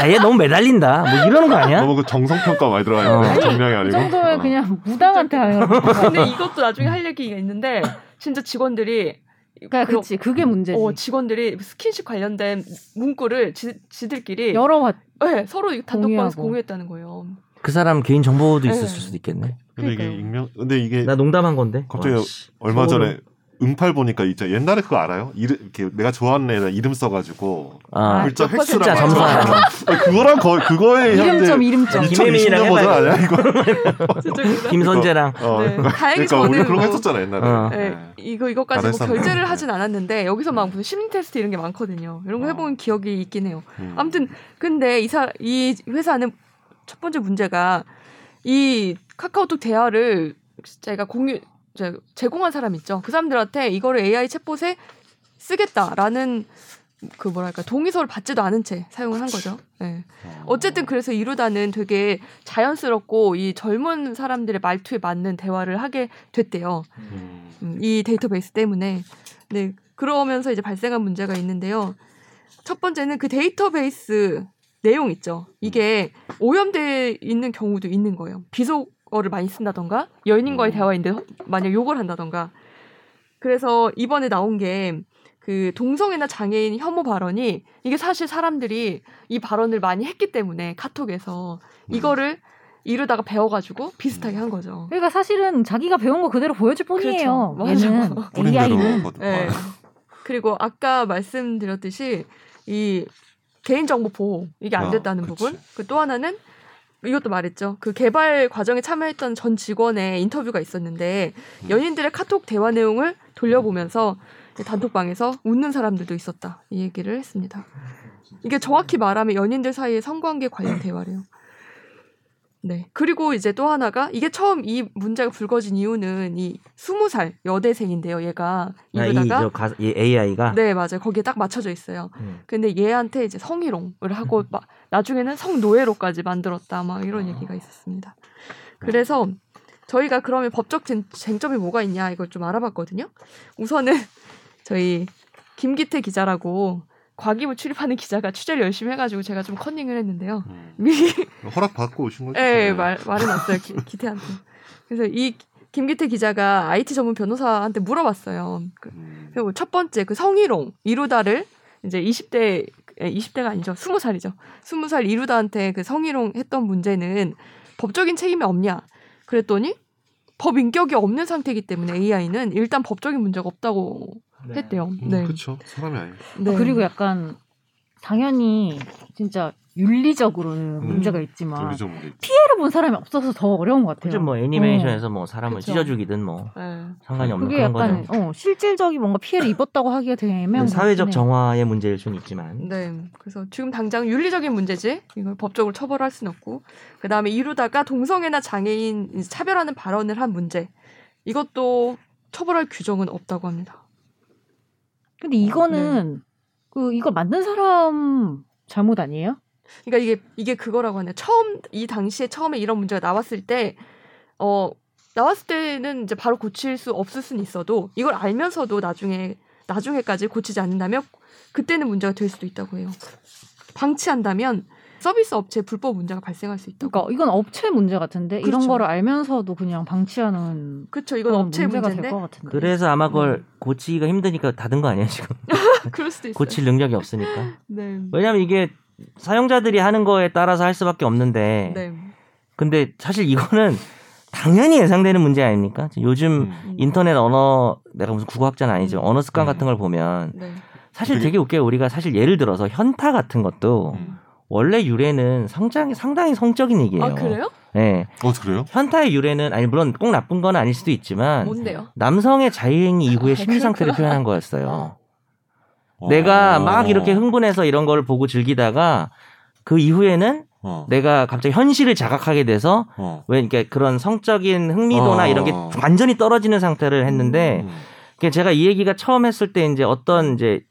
야 얘 너무 매달린다 뭐 이러는 거 아니야? 너무 그 정성 평가 많이 들어가요. 어. 정량이 그 아니고. 정도면 어. 그냥 무당한테 하는 그러니까 거. 근데 이것도 나중에 할 얘기가 있는데 진짜 직원들이 그러니까 그런- 그치 그게 문제지. 어, 직원들이 스킨십 관련된 문구를 지, 지들끼리 열어봤 네, 서로 단톡방에서 공유하고. 공유했다는 거예요. 그 사람 개인 정보도 있었을 네. 수도 있겠네. 근데 이게 그러니까요. 익명. 근데 이게 나 농담한 건데. 갑자기 와, 씨. 얼마 서울은- 전에 응팔 보니까 이제 옛날에 그거 알아요? 이름, 이렇게 내가 좋아하는 애들 이름 써가지고 아, 글자 몇 퍼센트 횟수랑 점수 거. 아니, 그거랑 거의 그거에 이름점 현재 이름점. 이름- 김혜민이랑 2020년 버전 해봐요. 아니야 이거? 진짜 그거- 김선재랑 어. 네. 다행히 그러니까 우리 저는 그런 거 뭐- 했었잖아 옛날에. 어. 네, 네. 이거 이것까지 뭐 다른 결제를 사람들. 하진 않았는데 여기서 막 무슨 심리 테스트 이런 게 많거든요. 이런 거 어. 해본 기억이 있긴 해요. 음. 아무튼 근데 이사 이 회사는 첫 번째 문제가 이 카카오톡 대화를 자기가 공유 제- 제공한 사람 있죠. 그 사람들한테 이거를 AI 챗봇에 쓰겠다라는 그 뭐랄까 동의서를 받지도 않은 채 사용을 한 거죠. 예. 어쨌든 그래서 이루다는 되게 자연스럽고 이 젊은 사람들의 말투에 맞는 대화를 하게 됐대요. 음. 음, 이 데이터베이스 때문에 네 그러면서 이제 발생한 문제가 있는데요. 첫 번째는 그 데이터베이스 내용 있죠. 이게 오염돼 있는 경우도 있는 거예요. 비속어를 많이 쓴다던가 연인과의 음. 대화인데 허- 만약 욕을 한다던가. 그래서 이번에 나온 게 그 동성애나 장애인 혐오 발언이 이게 사실 사람들이 이 발언을 많이 했기 때문에 카톡에서 음. 이거를 이러다가 배워가지고 비슷하게 한 거죠. 그러니까 사실은 자기가 배운 거 그대로 보여줄 뿐이에요. 그렇죠. 얘는 맞아요. 뿌린 AI는 대로 뭐, 거- 예. *laughs* 그리고 아까 말씀드렸듯이 이 개인정보 보호 이게 안 아, 됐다는 그치. 부분. 그 또 하나는 이것도 말했죠. 그 개발 과정에 참여했던 전 직원의 인터뷰가 있었는데 음. 연인들의 카톡 대화 내용을 돌려보면서 단톡방에서 웃는 사람들도 있었다 이 얘기를 했습니다. 이게 정확히 말하면 연인들 사이의 성관계 관련 대화래요. 네. 그리고 이제 또 하나가 이게 처음 이 문제가 불거진 이유는 이 20살 여대생인데요. 얘가 아, 이, 이러다가 저 가, 이 AI가 음. 네 맞아요 거기에 딱 맞춰져 있어요 근데 얘한테 이제 성희롱을 하고 막 나중에는 성노예로까지 만들었다 막 이런 얘기가 있었습니다 그래서 저희가 그러면 법적 쟁, 쟁점이 뭐가 있냐 이걸 좀 알아봤거든요 우선은 *laughs* 저희 김기태 기자라고 과기부 출입하는 기자가 취재를 열심히 해가지고 제가 좀 컨닝을 했는데요 음. 미리 허락 받고 오신 거죠? 예, 예, 말, 말해놨어요. 기, 기태한테. 그래서 이 김기태 기자가 IT 전문 변호사한테 물어봤어요. 그- 음. 그리고 첫 번째 그 성희롱 이루다를 이제 20대 20대가 아니죠. 20살이죠. 20살 이루다한테 그 성희롱 했던 문제는 법적인 책임이 없냐? 그랬더니 법 인격이 없는 상태이기 때문에 AI는 일단 법적인 문제가 없다고 했대요. 음, 네. 그렇죠. 사람이 아니고. 네. 그리고 약간 당연히 진짜 윤리적으로는 문제가 있지만 아. 우리 좀 피해를 본 사람이 없어서 더 어려운 것 같아요. 그죠 뭐 애니메이션에서 뭐 사람을 그쵸. 찢어주기든 뭐 네. 상관이 없는 그게 그런 약간 거죠. 어, 실질적인 뭔가 피해를 입었다고 하기가 되게 애매한 것 같긴 사회적 해요. 정화의 문제일 수는 있지만 네. 그래서 지금 당장 윤리적인 문제지 이걸 법적으로 처벌할 수는 없고 그 다음에 이루다가 동성애나 장애인 이제 차별하는 발언을 한 문제 이것도 처벌할 규정은 없다고 합니다. 근데 이거는 네. 그 이걸 만든 사람 잘못 아니에요? 그러니까 이게 이게 그거라고 하네요. 처음 이 당시에 처음에 이런 문제가 나왔을 때 어, 나왔을 때는 이제 바로 고칠 수 없을 수는 있어도 이걸 알면서도 나중에 나중에까지 고치지 않는다면 그때는 문제가 될 수도 있다고 해요. 방치한다면 서비스 업체 불법 문제가 발생할 수 있다고. 그러니까 이건 업체 문제 같은데 이런 그렇죠. 거를 알면서도 그냥 방치하는 그렇죠. 이건 어, 그런 업체 문제가 될 문제인데. 것 같은데. 그래서 아마 그걸 고치기가 힘드니까 닫은 거 아니야 지금 그럴 수도 있어요. 고칠 능력이 *laughs* 없으니까 네. 왜냐면 이게 사용자들이 하는 거에 따라서 할 수밖에 없는데 네. 근데 사실 이거는 *laughs* 당연히 예상되는 문제 아닙니까 요즘 음. 인터넷 언어 내가 무슨 국어학자는 아니지만 음. 언어 습관 네. 같은 걸 보면 네. 사실 되게- 되게 웃겨요 우리가 사실 예를 들어서 현타 같은 것도 음. 원래 유래는 상당히 상당히 성적인 얘기예요. 아 그래요? 예. 어 그래요? 현타의 유래는 아니 물론 꼭 나쁜 건 아닐 수도 있지만 뭔데요? 남성의 자유행위 이후의 아, 심리 상태를 표현한 거였어요. 어. 내가 막 이렇게 흥분해서 이런 거를 보고 즐기다가 그 이후에는 어. 내가 갑자기 현실을 자각하게 돼서 어. 왜 이렇게 그런 성적인 흥미도나 어. 이런 게 완전히 떨어지는 상태를 했는데 음. 그러니까 제가 이 얘기가 처음 했을 때 이제 어떤 이제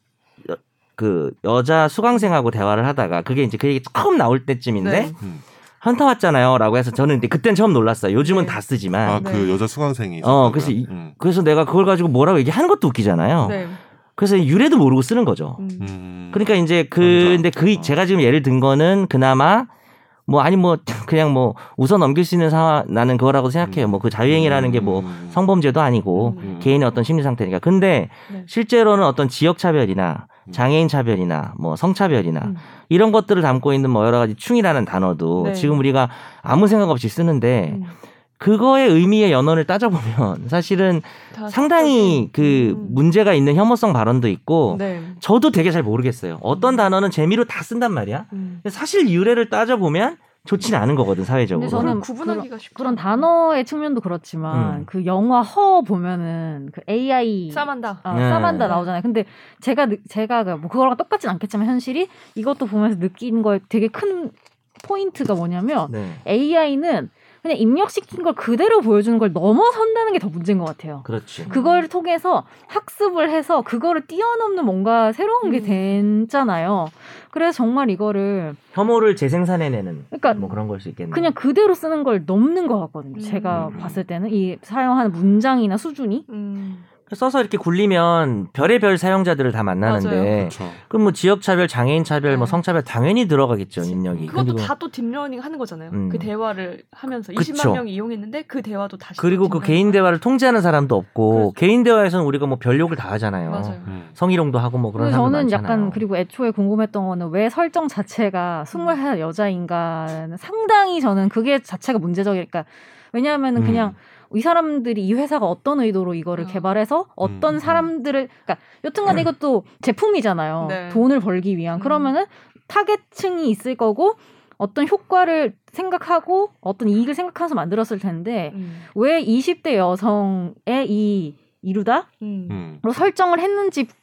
여- 그 여자 수강생하고 대화를 하다가 그게 이제 그 얘기 처음 나올 때쯤인데 네. 음. 현타 왔잖아요라고 해서 저는 근데 그땐 처음 놀랐어요. 요즘은 네. 다 쓰지만 아, 네. 그 여자 수강생이. 어, 있었다고요? 그래서 이- 음. 그래서 내가 그걸 가지고 뭐라고 얘기하는 것도 웃기잖아요. 네. 그래서 유래도 모르고 쓰는 거죠. 음. 음. 그러니까 이제 맞아. 그 근데 그 어. 제가 지금 예를 든 거는 그나마 뭐 아니 뭐 *laughs* 그냥 뭐 웃어 넘길 수 있는 상황 나는 그거라고 생각해요. 뭐 그 자유행위라는 게 뭐 음. 성범죄도 아니고 음. 개인의 어떤 심리 상태니까. 근데 네. 실제로는 어떤 지역 차별이나 음. 장애인 차별이나 뭐 성차별이나 음. 이런 것들을 담고 있는 뭐 여러 가지 충이라는 단어도 네. 지금 우리가 아무 생각 없이 쓰는데 음. 그거의 의미의 연원을 따져보면 *laughs* 사실은 다 상당히 그 아, 음. 문제가 있는 혐오성 발언도 있고 네. 저도 되게 잘 모르겠어요. 어떤 단어는 재미로 다 쓴단 말이야. 음. 근데 사실 유래를 따져보면 좋진 않은 거거든 사회적으로. 근데 어, 저는 그럼 구분하기가 쉽죠. 그런 단어의 측면도 그렇지만 음. 그 영화 허 보면은 그 AI 싸만다. 아, 네. 사만다 나오잖아요. 근데 제가 느- 제가 그뭐 그거랑 똑같진 않겠지만 현실이 이것도 보면서 느낀 거에 되게 큰 포인트가 뭐냐면 네, AI는 그냥 입력시킨 걸 그대로 보여주는 걸 넘어선다는 게 더 문제인 것 같아요. 그렇지. 그걸 통해서 학습을 해서 그거를 뛰어넘는 뭔가 새로운 게 됐잖아요. 그래서 정말 이거를 혐오를 재생산해내는 그러니까 뭐 그런 걸 수 있겠네. 그냥 그대로 쓰는 걸 넘는 것 같거든요. 음. 제가 음. 봤을 때는 이 사용하는 문장이나 수준이 음. 써서 이렇게 굴리면 별의별 사용자들을 다 만나는데 그렇죠. 그럼 뭐 지역 차별, 장애인 차별, 뭐 네. 성차별 당연히 들어가겠죠 그치. 입력이. 그것도 그러니까 그리고 다 또 딥러닝 하는 거잖아요. 음. 그 대화를 하면서 그쵸. 20만 명이 이용했는데 그 대화도 다시 그리고 그 딥러닝. 개인 대화를 통제하는 사람도 없고 네. 그렇죠. 개인 대화에서는 우리가 뭐 별욕을 다 하잖아요. 맞아요. 음. 성희롱도 하고 뭐 그런 근데 사람도 저는 많잖아요. 약간 그리고 애초에 궁금했던 거는 왜 설정 자체가 23살 여자인가는 상당히 저는 그게 자체가 문제적이니까 왜냐하면 은 음. 그냥 이 사람들이 이 회사가 어떤 의도로 이거를 어. 개발해서 어떤 음. 사람들을 그러니까 여튼간에 이것도 제품이잖아요. 네. 돈을 벌기 음. 위한 그러면은 타겟층이 있을 거고 어떤 효과를 생각하고 어떤 이익을 생각해서 만들었을 텐데 음. 왜 20대 여성의 이 이루다로 음. 음. 설정을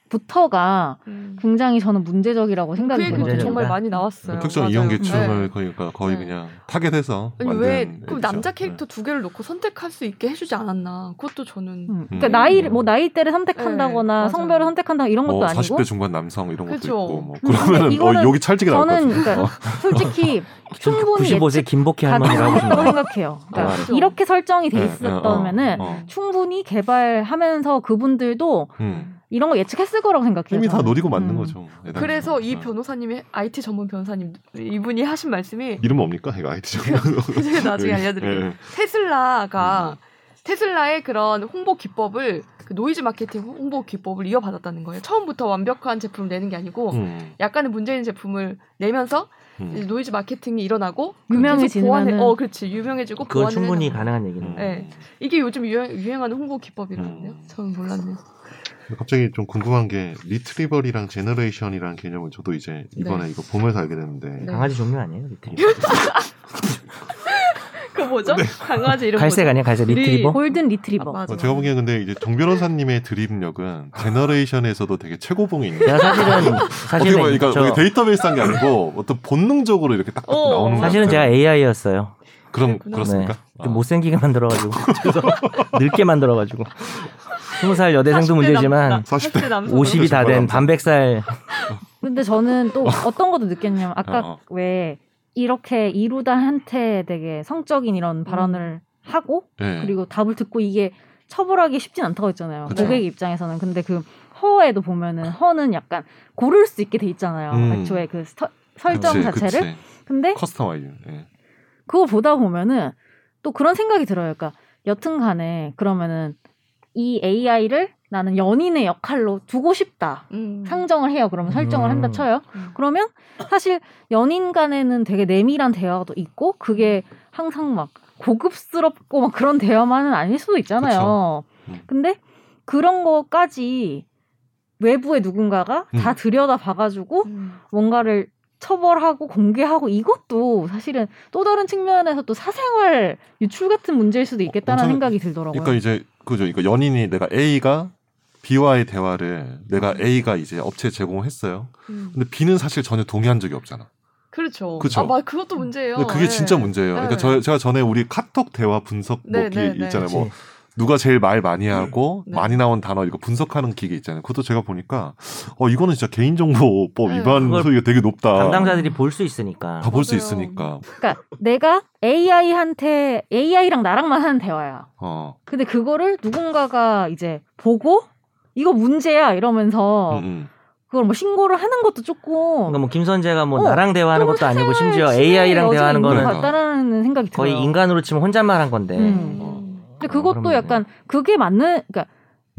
했는지부터가 음. 굉장히 저는 문제적이라고 생각이 그 얘기도 들거든요. 문제적이다. 정말 많이 나왔어요. 그 특정 맞아요. 이용 계층을 네. 거의, 그러니까 거의 네. 그냥 타겟해서 아니 만든 왜 얘기죠. 네. 그럼 남자 캐릭터 두 개를 놓고 선택할 수 있게 해주지 않았나? 그것도 저는 음. 그러니까 음. 나이 뭐 나이대를 선택한다거나 네, 맞아요. 성별을 선택한다거나 이런 것도 뭐 아니고 40대 중반 남성 이런 것도 그죠. 있고 뭐 근데 그러면은 이거는 어, 여기 찰지게 나올 것 저는 같은데. 어. 그러니까 솔직히 *laughs* 충분히 95세 김복희 할머니라고 가능하다고 하시네요. 생각해요. 그러니까 아, 그죠. 이렇게 설정이 돼 네, 있었다면은 어, 어. 충분히 개발하면서 그분들도 음. 이런 거 예측했을 거라고 생각해요. 이미 다 저는. 노리고 음. 만든 거죠. 애당초. 그래서 이 어. 변호사님이 IT 전문 변호사님 이분이 하신 말씀이 이름 뭡니까? 이거 아이디 좀. 네. 제가 *laughs* 나중에 알려드릴게요. 테슬라가 테슬라의 그런 홍보 기법을 그 노이즈 마케팅 홍보 기법을 이어받았다는 거예요. 처음부터 완벽한 제품을 내는 게 아니고 음, 약간의 문제 있는 제품을 내면서 음. 이제 노이즈 마케팅이 일어나고 유명해지면은- 보완해, 어, 그렇지 유명해지고 그건 보완을 충분히 뭐. 해나가는 가능한 얘기는. 네. 이게 요즘 유행, 유행하는 홍보 기법이거든요. 음. 저는 *laughs* 몰랐네요. 근데 갑자기 좀 궁금한 게 리트리버리랑 제너레이션이랑 개념을 저도 이제 이번에 네. 이거 보면서 알게 됐는데 네. 강아지 종류 아니에요? 리트리버. 이거 네. 뭐죠? 강아지 이름 갈색 아니야? 갈색 리트리버? 골든 뭐죠? 리트리버. 어. 아, 맞아. 어, 제가 보기엔 근데 이제 정 변호사님의 드립력은 제너레이션에서도 되게 최고봉이 있는. 내가 *laughs* 사실은 어떻게 사실은 보면 그러니까 저- 거기 데이터베이스 한 게 아니고 어떤 본능적으로 이렇게 딱 어. 나오는 거 사실은 제가 네. AI였어요. 그럼 그렇구나. 그렇습니까? 아. 못생기게 뭐 *laughs* 만들어가지고 죄송합니다. 늙게 만들어가지고 스무 살 여대생도 40대 문제지만 남자, 40대 음. 40대 남성. 50이 다 된 반백살 근데 저는 또 어떤 것도 느꼈냐면 아까 어, 어. 왜 이렇게 이루다한테 되게 성적인 이런 음. 발언을 하고 예. 그리고 답을 듣고 이게 처벌하기 쉽진 않다고 했잖아요. 그쵸. 고객 입장에서는 근데 그 허에도 보면은 허는 약간 고를 수 있게 돼 있잖아요. 음. 애초에 그 스터- 설정 그치, 자체를. 그치. 근데 커스터마이즈. 예. 그거 보다 보면은 또 그런 생각이 들어요. 그러니까 여튼간에 그러면은 이 AI를 나는 연인의 역할로 두고 싶다. 음. 상정을 해요. 그러면 설정을 음. 한다 쳐요. 음. 그러면 사실 연인 간에는 되게 내밀한 대화도 있고 그게 항상 막 고급스럽고 막 그런 대화만은 아닐 수도 있잖아요. 그쵸. 음. 근데 그런 거까지 외부의 누군가가 음. 다 들여다 봐가지고 음. 뭔가를 처벌하고 공개하고 이것도 사실은 또 다른 측면에서 또 사생활 유출 같은 문제일 수도 있겠다는 엄청- 생각이 들더라고요. 그러니까 이제 그죠. 그러니까 연인이 내가 A가 B와의 대화를 아. 내가 A가 이제 업체에 제공했어요. 음. 근데 B는 사실 전혀 동의한 적이 없잖아. 그렇죠. 그쵸. 아, 막 그것도 문제예요. 어, 근데 그게 예. 진짜 문제예요. 네. 그러니까 저, 제가 전에 우리 카톡 대화 분석 뭐 네, 기기 네, 네. 있잖아요. 뭐 누가 제일 말 많이 하고 네. 많이 나온 단어 이거 분석하는 기계 있잖아요. 그것도 제가 보니까 어 이거는 진짜 개인정보법 네. 위반 그걸 소위가 되게 높다. 담당자들이 볼 수 있으니까 다 어. 볼 수 맞아요. 있으니까. 그러니까 내가 AI한테 AI랑 나랑만 하는 대화야. 어. 근데 그거를 누군가가 이제 보고 이거 문제야 어. 이러면서 음, 음. 그걸 뭐 신고를 하는 것도 그러니까 조금 뭐 김선재가 뭐 어, 나랑 대화하는 것도 아니고 심지어 AI랑 대화하는 거는 거는 같다라는 생각이 들어요. 거의 인간으로 치면 혼잣말 한 건데 네. 음. 음. 근데 어, 그것도 그러면 약간 그게 맞는 그러니까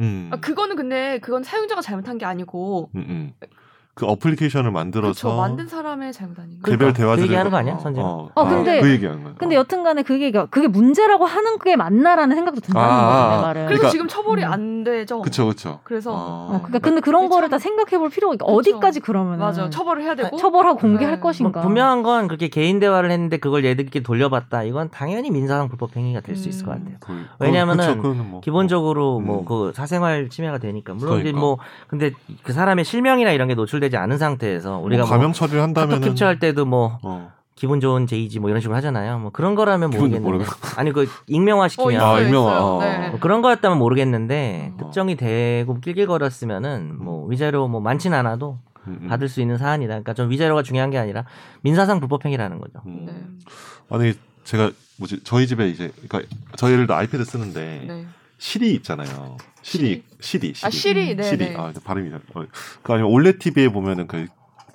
음. 아, 그거는 근데 그건 사용자가 잘못한 게 아니고 음, 음. 그 어플리케이션을 만들어서 그렇죠. 만든 사람의 잘못 아닌가? 개별 그러니까, 대화들을 그 얘기하는 거 아니야, 선재가? 어, 어, 아, 근데- 그 얘기하는 거야. 어. 근데 여튼간에 그게 그게 문제라고 하는 게 맞나라는 생각도 든다는 아, 거예요 아, 내 아. 말은. 그래서 그러니까- 지금 처벌이 음. 안 되죠. 그쵸 그쵸. 그래서 어. 어, 그러니까 근데 그런 참- 거를 다 생각해 볼 필요가 있고 그쵸. 어디까지 그러면 음. 맞아. 처벌을 해야 되고. 처벌하고 공개할 네. 뭐 것인가. 분명한 건 그렇게 개인 대화를 했는데 그걸 얘들끼리 돌려봤다 이건 당연히 민사상 불법 행위가 될 수 있을 것 음. 같아요. 그- 어, 왜냐면은 그쵸, 그거는 뭐- 기본적으로 음. 뭐 그 사생활 침해가 되니까 물론 이제 그러니까. 뭐 근데 그 사람의 실명이나 이런 게 노출되지 않은 상태에서 뭐 우리가 뭐 가명 처리를 카톡 한다면은 캡처할 때도 뭐 어. 기분 좋은 제이지 뭐 이런 식으로 하잖아요. 뭐 그런 거라면 기분 모르겠는데 뭐라고? 아니 그 익명화 어, 시키면 있어요, 아, 유명한- 있어요. 어, 네. 어. 뭐 그런 거였다면 모르겠는데 어. 특정이 되고 낄낄거렸으면은 뭐 위자료 뭐 많진 않아도 음, 음. 받을 수 있는 사안이다. 그러니까 좀 위자료가 중요한 게 아니라 민사상 불법행위라는 거죠. 음. 네. 아니 제가 뭐지 저희 집에 이제 그러니까 저희를 다 아이패드 쓰는데 네. 시리 있잖아요. 시리 시리 시리 아, 시리, 네, 시리. 네. 아 이제 발음이 잘. 어. 그 아니면 올레 TV에 보면은 그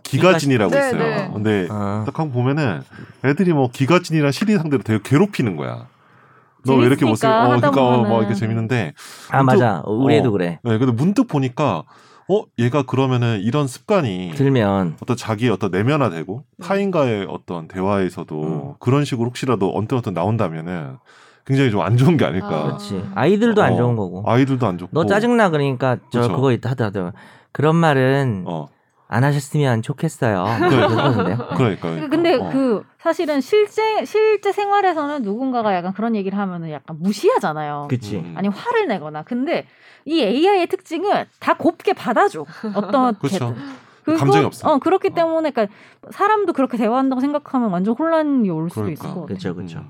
기가진이라고 네, 있어요. 네. 근데 아. 딱 한번 보면은 애들이 뭐 기가진이랑 시리 상대로 되게 괴롭히는 거야. 너 왜 이렇게 못생? 재밌으니까 어, 하다 그러니까 어, 막 보면은. 이렇게 재밌는데. 아 맞아. 우리 애도 그래. 네, 근데 문득 보니까 어 얘가 그러면은 이런 습관이 들면 어떤 자기의 어떤 내면화되고 네. 타인과의 어떤 대화에서도 음. 그런 식으로 혹시라도 언뜻 언뜻 나온다면은 굉장히 좀 안 좋은 게 아닐까. 그렇지. 아이들도 안 어, 좋은 거고. 아이들도 안 좋고. 너 짜증나 그러니까 저 그쵸. 그거 있다 하더라고요. 그런 말은 어, 음. 안 하셨으면 좋겠어요. *laughs* 그러던데요. 그러니까. 그- 그러니까. 근데 어. 그 사실은 실제 실제 생활에서는 누군가가 약간 그런 얘기를 하면은 약간 무시하잖아요. 그치. 음. 아니 화를 내거나. 근데 이 AI의 특징은 다 곱게 받아줘. 어떤 *laughs* 그렇죠. 걔도. 그리고- 감정이 없어. 어 그렇기 어. 때문에 그러니까 사람도 그렇게 대화한다고 생각하면 완전 혼란이 올 수도 그러니까. 있을 것 같아요. 그렇죠, 그렇죠. 음.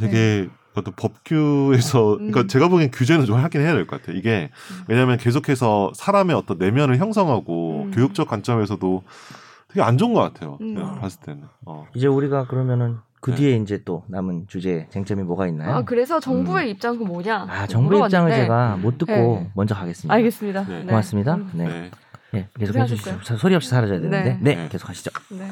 되게 어떤 법규에서 그러니까 네. 음. 제가 보기엔 규제는 좀 하긴 해야 될 것 같아요. 이게 음. 왜냐하면 계속해서 사람의 어떤 내면을 형성하고 음. 교육적 관점에서도 되게 안 좋은 것 같아요. 음. 그냥 봤을 때는. 어. 이제 우리가 그러면은 그 네. 뒤에 이제 또 남은 주제 쟁점이 뭐가 있나요? 아, 그래서 정부의 음. 입장은 뭐냐? 아, 정부 입장을 물어봤는데 제가 못 듣고 네. 먼저 가겠습니다. 알겠습니다. 네. 네. 고맙습니다. 음, 네. 네. 네. 계속 고생하셨어요. 해주시죠. 자, 소리 없이 사라져야 되는데. 네. 네, 네. 계속 하시죠. 네.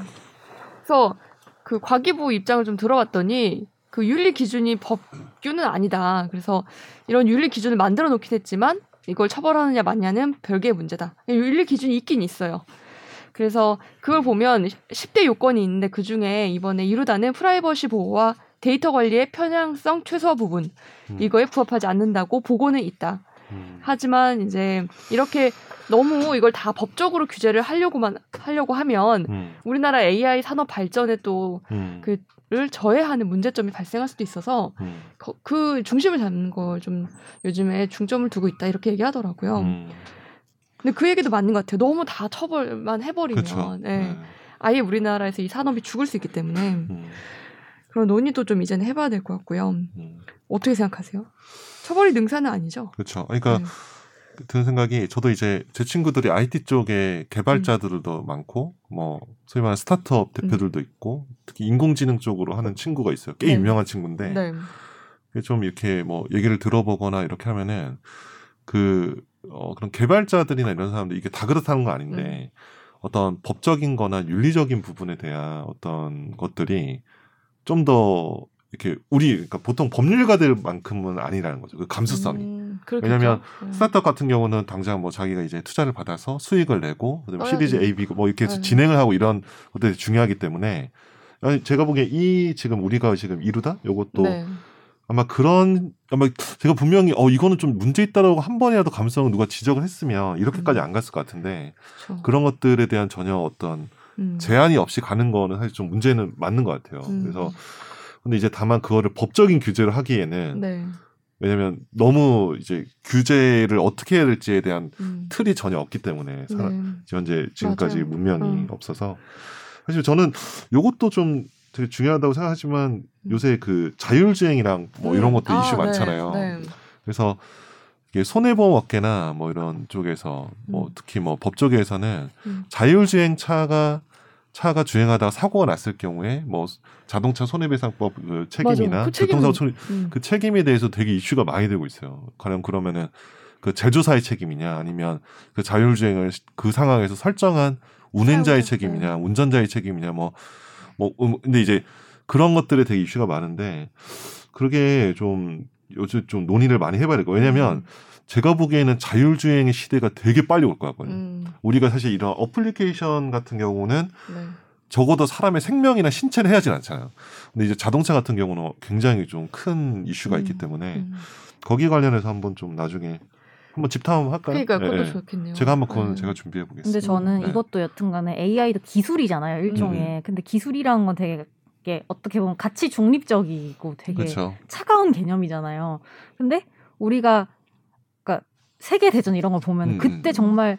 그래서 그 과기부 입장을 좀 들어봤더니 그 윤리 기준이 법규는 아니다. 그래서 이런 윤리 기준을 만들어 놓긴 했지만 이걸 처벌하느냐 마냐는 별개의 문제다. 윤리 기준이 있긴 있어요. 그래서 그걸 보면 10대 요건이 있는데 그 중에 이번에 이루다는 프라이버시 보호와 데이터 관리의 편향성 최소화 부분 음. 이거에 부합하지 않는다고 보고는 있다. 음. 하지만 이제 이렇게 너무 이걸 다 법적으로 규제를 하려고만 하려고 하면 음. 우리나라 AI 산업 발전에 또 음. 그 거를 저해하는 문제점이 발생할 수도 있어서 음. 거- 그 중심을 잡는 걸 좀 요즘에 중점을 두고 있다 이렇게 얘기하더라고요. 음. 근데 그 얘기도 맞는 것 같아요. 너무 다 처벌만 해버리면 그렇죠. 예. 아예 우리나라에서 이 산업이 죽을 수 있기 때문에 음. 그런 논의도 좀 이제는 해봐야 될 것 같고요. 음. 어떻게 생각하세요? 처벌이 능사는 아니죠? 그렇죠. 그러니까 네. 드는 생각이 저도 이제 제 친구들이 IT 쪽에 개발자들도 음. 많고 뭐 소위 말하는 스타트업 대표들도 있고 특히 인공지능 쪽으로 하는 친구가 있어요. 꽤 네. 유명한 친구인데 네. 좀 이렇게 뭐 얘기를 들어보거나 이렇게 하면은 그 어, 그런 개발자들이나 이런 사람들 이게 다 그렇다는 거 아닌데 음. 어떤 법적인거나 윤리적인 부분에 대한 어떤 것들이 좀 더 이렇게 우리 그러니까 보통 법률가들만큼은 아니라는 거죠. 그 감수성이. 음, 왜냐면 그렇겠죠. 네. 스타트업 같은 경우는 당장 뭐 자기가 이제 투자를 받아서 수익을 내고 그다음에 떠야 시리즈 돼요. A, B 뭐 이렇게 해서 네. 진행을 하고 이런 것들이 중요하기 때문에 아니, 제가 보기에 이 지금 우리가 지금 이루다 요것도 네. 아마 그런 아마 제가 분명히 어 이거는 좀 문제 있다라고 한 번이라도 감성을 누가 지적을 했으면 이렇게까지 음. 안 갔을 것 같은데 그렇죠. 그런 것들에 대한 전혀 어떤 음. 제한이 없이 가는 거는 사실 좀 문제는 맞는 것 같아요. 음. 그래서 근데 이제 다만 그거를 법적인 규제를 하기에는 네. 왜냐면 너무 이제 규제를 어떻게 해야 될지에 대한 음. 틀이 전혀 없기 때문에 사람, 네. 현재 지금까지 맞아요. 문명이 음. 없어서 사실 저는 요것도 좀 되게 중요하다고 생각하지만 음. 요새 그 자율주행이랑 뭐 음. 이런 것도 아, 이슈 네. 많잖아요. 네. 그래서 이게 손해보험 업계나 뭐 이런 쪽에서 뭐 음. 특히 뭐 법조계에서는 음. 자율주행 차가 차가 주행하다가 사고가 났을 경우에 뭐 자동차 손해배상법 그 책임이나 그 책임은- 교통사고 처리 음. 그 책임에 대해서 되게 이슈가 많이 되고 있어요. 과연 그러면은 그 제조사의 책임이냐 아니면 그 자율주행을 시- 그 상황에서 설정한 사용자, 네. 운행자의 책임이냐 운전자의 책임이냐 뭐 뭐 근데 이제 그런 것들에 되게 이슈가 많은데 그러게 좀 요즘 좀 논의를 많이 해봐야 될 거예요. 왜냐하면 음. 제가 보기에는 자율주행의 시대가 되게 빨리 올 것 같거든요. 음. 우리가 사실 이런 어플리케이션 같은 경우는 네. 적어도 사람의 생명이나 신체를 해야진 않잖아요. 근데 이제 자동차 같은 경우는 굉장히 좀 큰 이슈가 있기 음, 때문에 음. 거기 관련해서 한번 좀 나중에 한번 집탐할까요? 그러니까 그것도 예, 예. 좋겠네요. 제가 한번 그건 네. 제가 준비해 보겠습니다. 음. 근데 저는 네. 음. 이것도 여튼간에 AI도 기술이잖아요 일종의. 근데 기술이라는 건 되게 이게 어떻게 보면 가치 중립적이고 되게 그렇죠. 차가운 개념이잖아요. 근데 우리가 그러니까 세계 대전 이런 걸 보면 음, 그때 음. 정말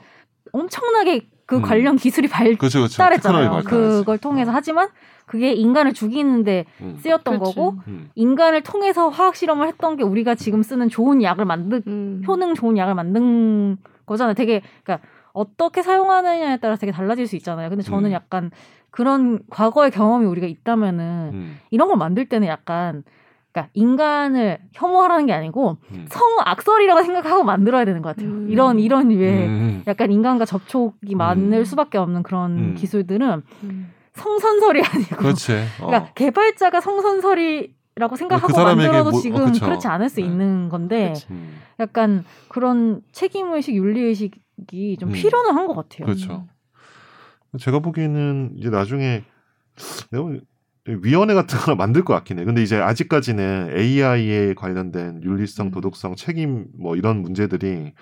엄청나게 그 음. 관련 기술이 그렇죠, 그렇죠. 발달했잖아요. 테크놀로지 발달했어요. 그걸 통해서 어. 하지만 그게 인간을 죽이는데 음. 쓰였던 그치. 거고 음. 인간을 통해서 화학 실험을 했던 게 우리가 지금 쓰는 좋은 약을 만든 음. 효능 좋은 약을 만든 거잖아요. 되게 그러니까 어떻게 사용하느냐에 따라 되게 달라질 수 있잖아요. 근데 저는 음. 약간 그런 과거의 경험이 우리가 있다면은 음. 이런 걸 만들 때는 약간 그러니까 인간을 혐오하라는 게 아니고 음. 성악설이라고 생각하고 만들어야 되는 것 같아요. 음. 이런 이런 류의 음. 약간 인간과 접촉이 많을 음. 수밖에 없는 그런 음. 기술들은 음. 성선설이 *laughs* 아니고 그렇지. 어. 그러니까 개발자가 성선설이라고 생각하고 사람에게 만들어도 뭐- 어, 지금 그쵸. 그렇지 않을 수 네. 있는 건데 그치. 음. 약간 그런 책임의식, 윤리의식이 좀 음. 필요는 한 것 음. 같아요. 그렇죠. 제가 보기에는 이제 나중에 내가 보기엔 위원회 같은 거 하나 만들 것 같긴 해. 근데 이제 아직까지는 AI에 관련된 윤리성, 음. 도덕성, 책임 뭐 이런 문제들이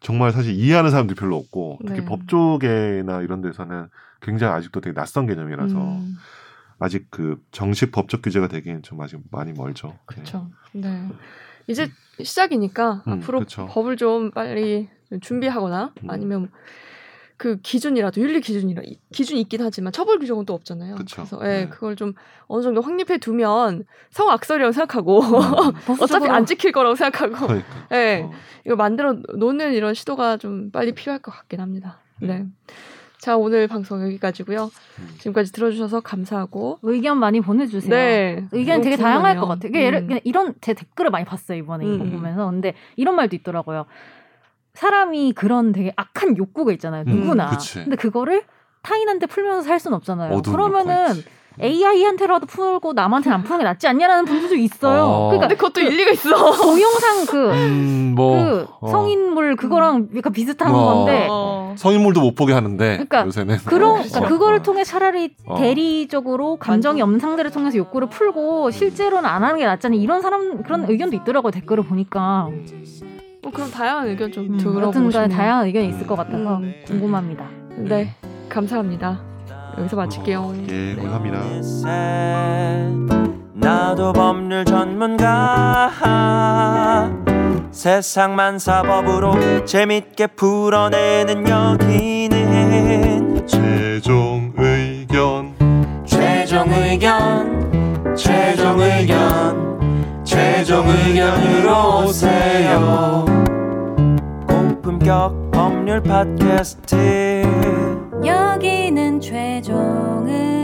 정말 사실 이해하는 사람들이 별로 없고 특히 네. 법조계나 이런 데서는 굉장히 아직도 되게 낯선 개념이라서 네. 음. 아직 그 정식 법적 규제가 되기엔 좀 아직 많이 멀죠. 그렇죠. 네. 이제 시작이니까 음, 앞으로 그쵸. 법을 좀 빨리 준비하거나 음. 아니면 그 기준이라도 윤리 기준이라 기준이 있긴 하지만 처벌 규정은 또 없잖아요. 그쵸. 래서 예, 네. 그걸 좀 어느 정도 확립해 두면 성악설이라고 생각하고 *laughs* 음, 어차피 법적으로 안 지킬 거라고 생각하고 그러니까. 예. 어. 이거 만들어 놓는 이런 시도가 좀 빨리 필요할 것 같긴 합니다. 네. 자, 오늘 방송 여기까지고요. 음. 지금까지 들어주셔서 감사하고. 의견 많이 보내주세요. 네. 의견이 너무 되게 다양할 궁금하네요. 것 같아요. 이게 예를- 음. 그냥 이런 제 댓글을 많이 봤어요 이번에 이거 음. 보면서 근데 이런 말도 있더라고요. 사람이 그런 되게 악한 욕구가 있잖아요. 음, 누구나. 그치. 근데 그거를 타인한테 풀면서 살 수는 없잖아요. 어두운 그러면은 욕구가 있지. 음. AI한테라도 풀고 남한테 안 푸는 게 낫지 않냐라는 분들도 있어요. 어. 그러니까 근데 그것도 일리가 있어. 동영상 그, 음, 뭐 그 어. 성인물 그거랑 약간 비슷한 어. 건데 음. 어. 성인물도 못 보게 하는데 그러니까 요새는 그런 어, 그러니까 어, 그거를 어. 통해 차라리 어. 대리적으로 감정이 완전- 없는 상대를 통해서 욕구를 풀고 실제로는 안 하는 게 낫잖아요. 이런 사람 음. 그런 의견도 있더라고 요 댓글을 보니까 뭐 그럼 다양한 의견 좀 음, 들어보고 여튼간 음. 싶네요. 다양한 의견이 있을 것 같아서 음. 궁금합니다. 네, 감사합니다. 여기서 마칠게요. 예, 네. 감사합니다. 나도 법률 전문가 세상만 사법으로 재밌게 풀어내는 여기는 최종 의견 최종 의견 최종 의견 최종 의견으로 오세요 고품격 법률 팟캐스트 여기는 최종 의견